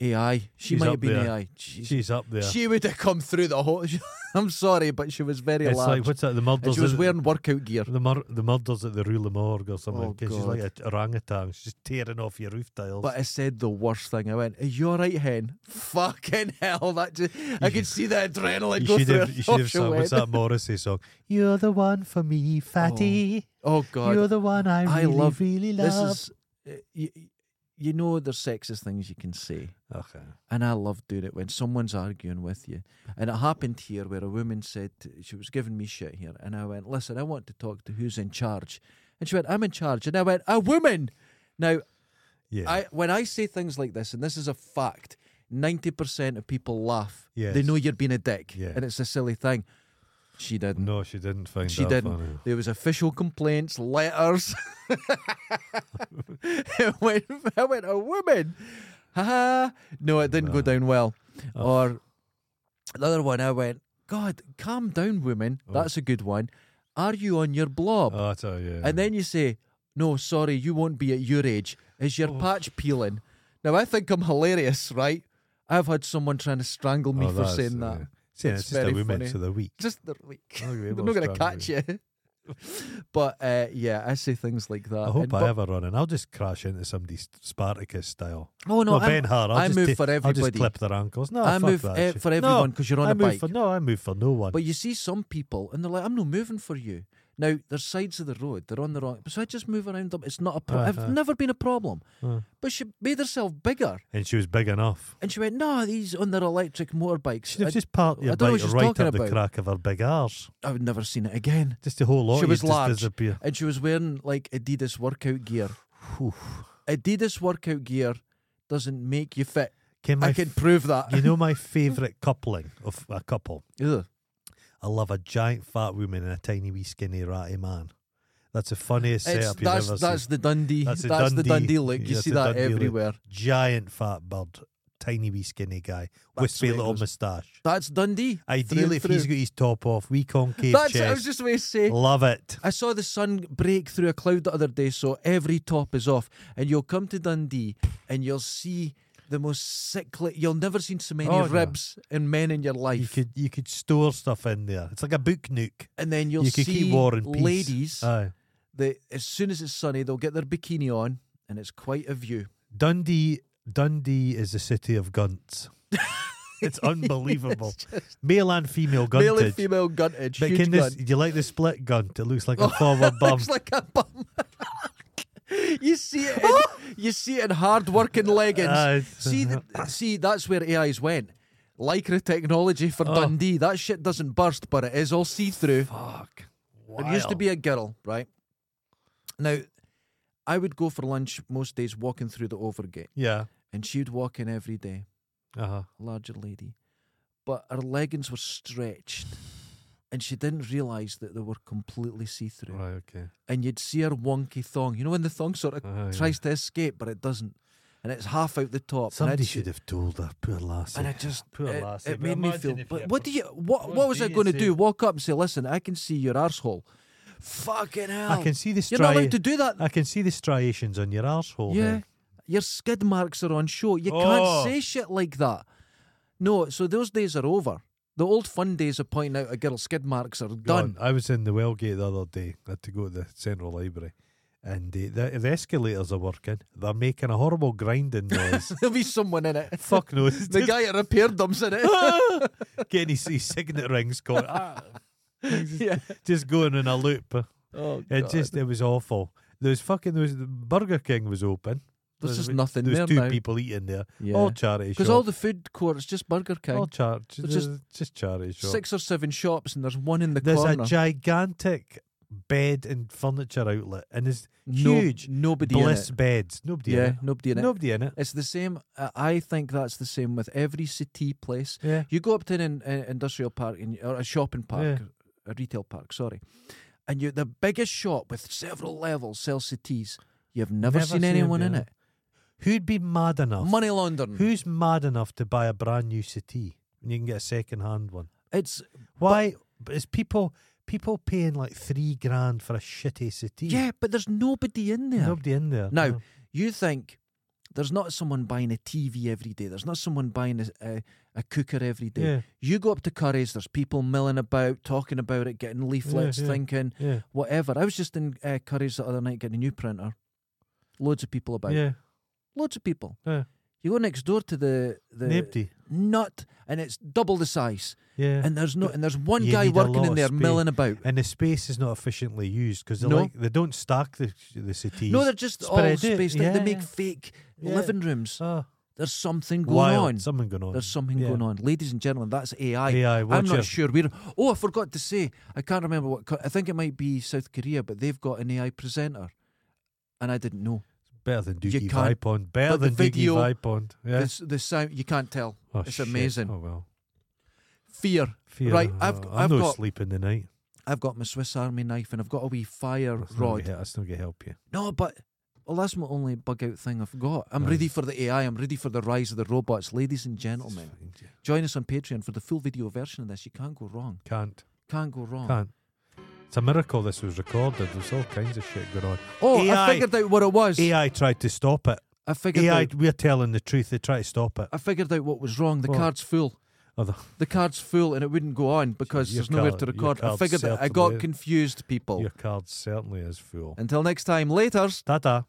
A: AI. She
C: She's
A: might
C: up
A: have been
C: there.
A: AI. She's,
C: She's up there.
A: She would have come through the whole. <laughs> I'm sorry, but she was very
C: it's
A: large.
C: like what's that? The
A: and
C: murders.
A: she was
C: at-
A: wearing workout gear.
C: The, mur- the murders at the Rue Le Morgue or something.
A: Oh,
C: 'cause she's like a orangutan. She's just tearing off your roof tiles.
A: But I said the worst thing. I went, "Are you all right, hen? Fucking <laughs> hell! That just, I could see the adrenaline
C: you
A: go
C: should
A: through.
C: have,
A: her.
C: you
A: Oh,
C: should have
A: she
C: sung,
A: went.
C: what's
A: <laughs>
C: that Morrissey song? You're the one for me, fatty.
A: Oh god,
C: You're the one I,
A: I
C: really,
A: love-
C: really love.
A: this is. uh, y- you know there's sexist things you can say.
C: Okay.
A: And I love doing it when someone's arguing with you. And it happened here where a woman said she was giving me shit here. And I went, Listen, I want to talk to who's in charge. And she went, I'm in charge. And I went, A woman. Now,
C: Yeah.
A: I, when I say things like this, and this is a fact, 90% of people laugh. They
C: Yes.
A: know you're being a dick.
C: Yes.
A: And it's a silly thing. She didn't.
C: no, she didn't find
A: She
C: that
A: didn't.
C: funny.
A: There was official complaints, letters. <laughs> it went, it went a woman. Ha ha. No, it didn't go
C: No. Oh.
A: down well. Or the other one, I went, God, calm down, woman. That's a good one. Are you on your blob?
C: Oh, I tell you.
A: And then you say, No, sorry, you won't be at your age. Is
C: Oh.
A: your patch peeling? Now, I think I'm hilarious, right? I've had someone trying to strangle me
C: Oh,
A: for
C: that's,
A: saying
C: uh,
A: that.
C: See,
A: It's
C: it's, just a
A: very
C: women's
A: funny.
C: of
A: <laughs>
C: the week.
A: Just the week.
C: Oh,
A: They're
C: you
A: not
C: will
A: going to
C: strangle
A: catch
C: you.
A: you. <laughs> but uh, yeah, I say things like that.
C: I hope
A: And-
C: I
A: but-
C: ever run in. I'll just crash into somebody s- Spartacus style.
A: Oh no,
C: No,
A: I'm-
C: Ben Hart. I'll
A: I
C: just
A: move
C: ta-
A: for
C: I'll just
A: everybody.
C: clip their ankles. No,
A: I
C: fuck
A: move
C: that
A: eh,
C: shit.
A: for
C: No,
A: everyone because you're on
C: I
A: a
C: move
A: bike.
C: For, no, I move for no one.
A: But you see some people, and they're like, "I'm not moving for you." Now they're sides of the road; they're on the wrong. So I just move around them. It's not a problem.
C: Uh-huh.
A: I've never been a problem.
C: Uh.
A: But she made herself bigger,
C: and she was big enough.
A: and she went, "No, these on their electric motorbikes."
C: She'd have
A: I-
C: just parked
A: I
C: your
A: don't know
C: bike
A: what she's
C: right
A: talking
C: up the
A: about.
C: crack of her big arse.
A: I've never seen it again.
C: Just the whole lot
A: She
C: of you
A: was
C: just
A: large,
C: disappear.
A: and she was wearing like Adidas workout gear.
C: Oof.
A: Adidas workout gear doesn't make you fit.
C: Can my
A: I can prove that. <laughs>
C: You know my favourite coupling of a couple.
A: Ugh.
C: I love a giant fat woman and a tiny wee skinny ratty man. That's the funniest
A: It's-
C: setup you've
A: that's
C: ever
A: that's
C: seen.
A: the Dundee.
C: That's
A: That's,
C: a
A: the
C: Dundee-
A: Dundee look. You
C: that's
A: see
C: a
A: that
C: Dundee look.
A: everywhere.
C: Giant fat bird, tiny wee skinny guy,
A: That's the
C: wispy
A: way it
C: little
A: goes.
C: moustache.
A: That's Dundee. through
C: Ideally, if
A: and
C: he's
A: through.
C: got his top off, wee concave
A: That's it. I was
C: chest. Oh.
A: just going to say.
C: Love it.
A: I saw the sun break through a cloud the other day, so every top is off. And you'll come to Dundee and you'll see the most sickly. You'll never seen so many
C: Oh, no.
A: ribs and men in your life.
C: You could you could store stuff in there. It's like a book nook.
A: and then you'll
C: you
A: see
C: could keep war and peace. Uh,
A: ladies.
C: Aye.
A: that as soon as it's sunny, they'll get their bikini on, and it's quite a
C: <laughs>
A: view.
C: Dundee Dundee is the city
A: <laughs>
C: of guns. it's unbelievable. Male and female guntage.
A: Male and female guntage.
C: But
A: huge
C: can this?
A: gun.
C: Do you like the split gunt? It looks like a forward
A: <laughs>
C: bum.
A: Looks like a bum. <laughs> you see it. In,
C: <laughs>
A: you see it in hard working leggings.
C: Aye.
A: see,
C: <laughs>
A: th- see, that's where AIs went. Lycra technology for
C: Oh.
A: Dundee. That shit doesn't burst, but it is all see through.
C: Fuck.
A: There used to be a girl, right? Now, I would go for lunch most days walking through the Overgate,
C: Yeah.
A: and she'd walk in every day,
C: Uh huh.
A: larger lady. But her leggings were stretched, and she didn't realise that they were completely see through.
C: Right. Okay.
A: and you'd see her wonky thong. You know when the thong sort of
C: Aye,
A: tries to escape, but it doesn't, and it's half out the top. and
C: Somebody
A: I'd
C: should
A: see-
C: have told her, poor lassie.
A: And I just
C: Poor
A: it,
C: lassie,
A: it
C: but
A: made me
C: imagine
A: feel.
C: if
A: But
C: you-
A: what do you? What
C: what
A: what was
C: do
A: I
C: you
A: going to
C: say?
A: do? Walk up and say, "Listen, I can see your arsehole." Fucking hell!
C: I can see the
A: You're not
C: stri-
A: allowed to do that.
C: I can see the striations on your arsehole.
A: yeah,
C: there.
A: your skid marks are on show. You
C: Oh.
A: can't say shit like that. No, so those days are over. The old fun days of pointing out a girl's skid marks are done. <laughs>
C: God, I was in the Wellgate the other day. I had to go to the Central Library, and the, the, the escalators are working. They're making a horrible grinding noise.
A: <laughs> There'll be someone in
C: <laughs>
A: it.
C: Fuck
A: <laughs>
C: knows.
A: The guy that repaired them's in it.
C: <laughs> getting his, his signet rings caught.
A: <laughs>
C: Ah,
A: yeah.
C: just going in a loop.
A: Oh,
C: It
A: God.
C: just it was awful. There was fucking there was the Burger King was open.
A: There's
C: There was-
A: just nothing
C: there was
A: there
C: two
A: now.
C: people eating there.
A: Yeah.
C: All charity shops.
A: Because all the food courts just Burger King,
C: all char- just,
A: just-
C: just charity shops.
A: six or seven shops, and there's one in the
C: There's
A: corner.
C: a gigantic bed and furniture outlet, and there's
A: No-
C: huge
A: nobody
C: bliss
A: in it.
C: beds. Nobody
A: Yeah,
C: in
A: nobody
C: it.
A: in it.
C: Nobody in it.
A: It's the same. I- I think that's the same with every city place.
C: Yeah.
A: You go up to an, in- an industrial park and, or a shopping park, a retail park, sorry, and you the biggest shop with several levels sells cities. You've never,
C: Never
A: seen,
C: seen
A: anyone
C: it,
A: in
C: yeah.
A: it.
C: Who'd be mad enough?
A: Money laundering.
C: Who's mad enough to buy a brand new city when you can get a second hand one?
A: It's
C: Why but is people people paying like three grand for a shitty city?
A: yeah, but there's nobody in there.
C: Nobody in there.
A: Now, you think there's not someone buying a TV every day. There's not someone buying a, a, a cooker every day.
C: Yeah.
A: You go up to Curry's, there's people milling about, talking about it, getting leaflets,
C: yeah.
A: thinking,
C: Yeah.
A: whatever. I was just in uh, Curry's the other night getting a new printer. Loads of people about.
C: Yeah.
A: Loads of people.
C: Yeah.
A: You go next door to the the
C: Nibdy.
A: nut, and it's double the size.
C: Yeah. And,
A: And there's no, and there's one
C: You
A: guy
C: need a
A: working
C: lot
A: in
C: of
A: there
C: space.
A: milling about.
C: the space is not efficiently used because they
A: No.
C: like they don't stack the the cities.
A: No, they're just all
C: spread it.
A: spaced. out. they
C: Yeah,
A: make
C: yeah.
A: fake
C: Yeah.
A: living rooms.
C: Ah,
A: There's something going
C: wild.
A: on.
C: Something going on.
A: There's something
C: Yeah.
A: going on, ladies and gentlemen. That's AI.
C: AI.
A: I'm
C: Watch
A: not
C: out.
A: sure. We're oh, I forgot to say. I can't remember what. co- I think it might be South Korea, but they've got an AI presenter, and I didn't know.
C: Better than
A: You
C: Doogie
A: can't-
C: Vipond. Better
A: but the
C: than
A: video-
C: Doogie Vipond. Yeah.
A: This The, sound you can't tell.
C: Oh,
A: it's
C: shit.
A: amazing.
C: Oh well.
A: Fear.
C: Fear.
A: Right,
C: Oh,
A: I've-
C: I'm
A: I've
C: no
A: got-
C: sleep in the night.
A: I've got my Swiss Army knife, and I've got a wee fire
C: That's not
A: rod.
C: gonna- That's not gonna help you.
A: No, but well, that's my only bug out thing I've got. I'm
C: Right.
A: ready for the AI. I'm ready for the rise of the robots, ladies and gentlemen.
C: It's fine, yeah.
A: Join us on Patreon for the full video version of this. You can't go wrong.
C: Can't.
A: Can't go wrong.
C: Can't. It's a miracle this was recorded. There's all kinds of shit going on.
A: Oh, I
C: AI.
A: figured out what it was.
C: AI tried to stop it.
A: I figured
C: AI,
A: out.
C: we're telling the truth. They try to stop it.
A: I figured out what was wrong. The
C: What?
A: card's full.
C: Oh, the-
A: The card's full, and it wouldn't go on because
C: Your
A: there's nowhere
C: card-
A: to
C: your
A: record. I
C: card's
A: figured that I got
C: certainly-
A: Oh. confused, people.
C: Your card certainly is full.
A: Until next time, later.
C: Ta-ta.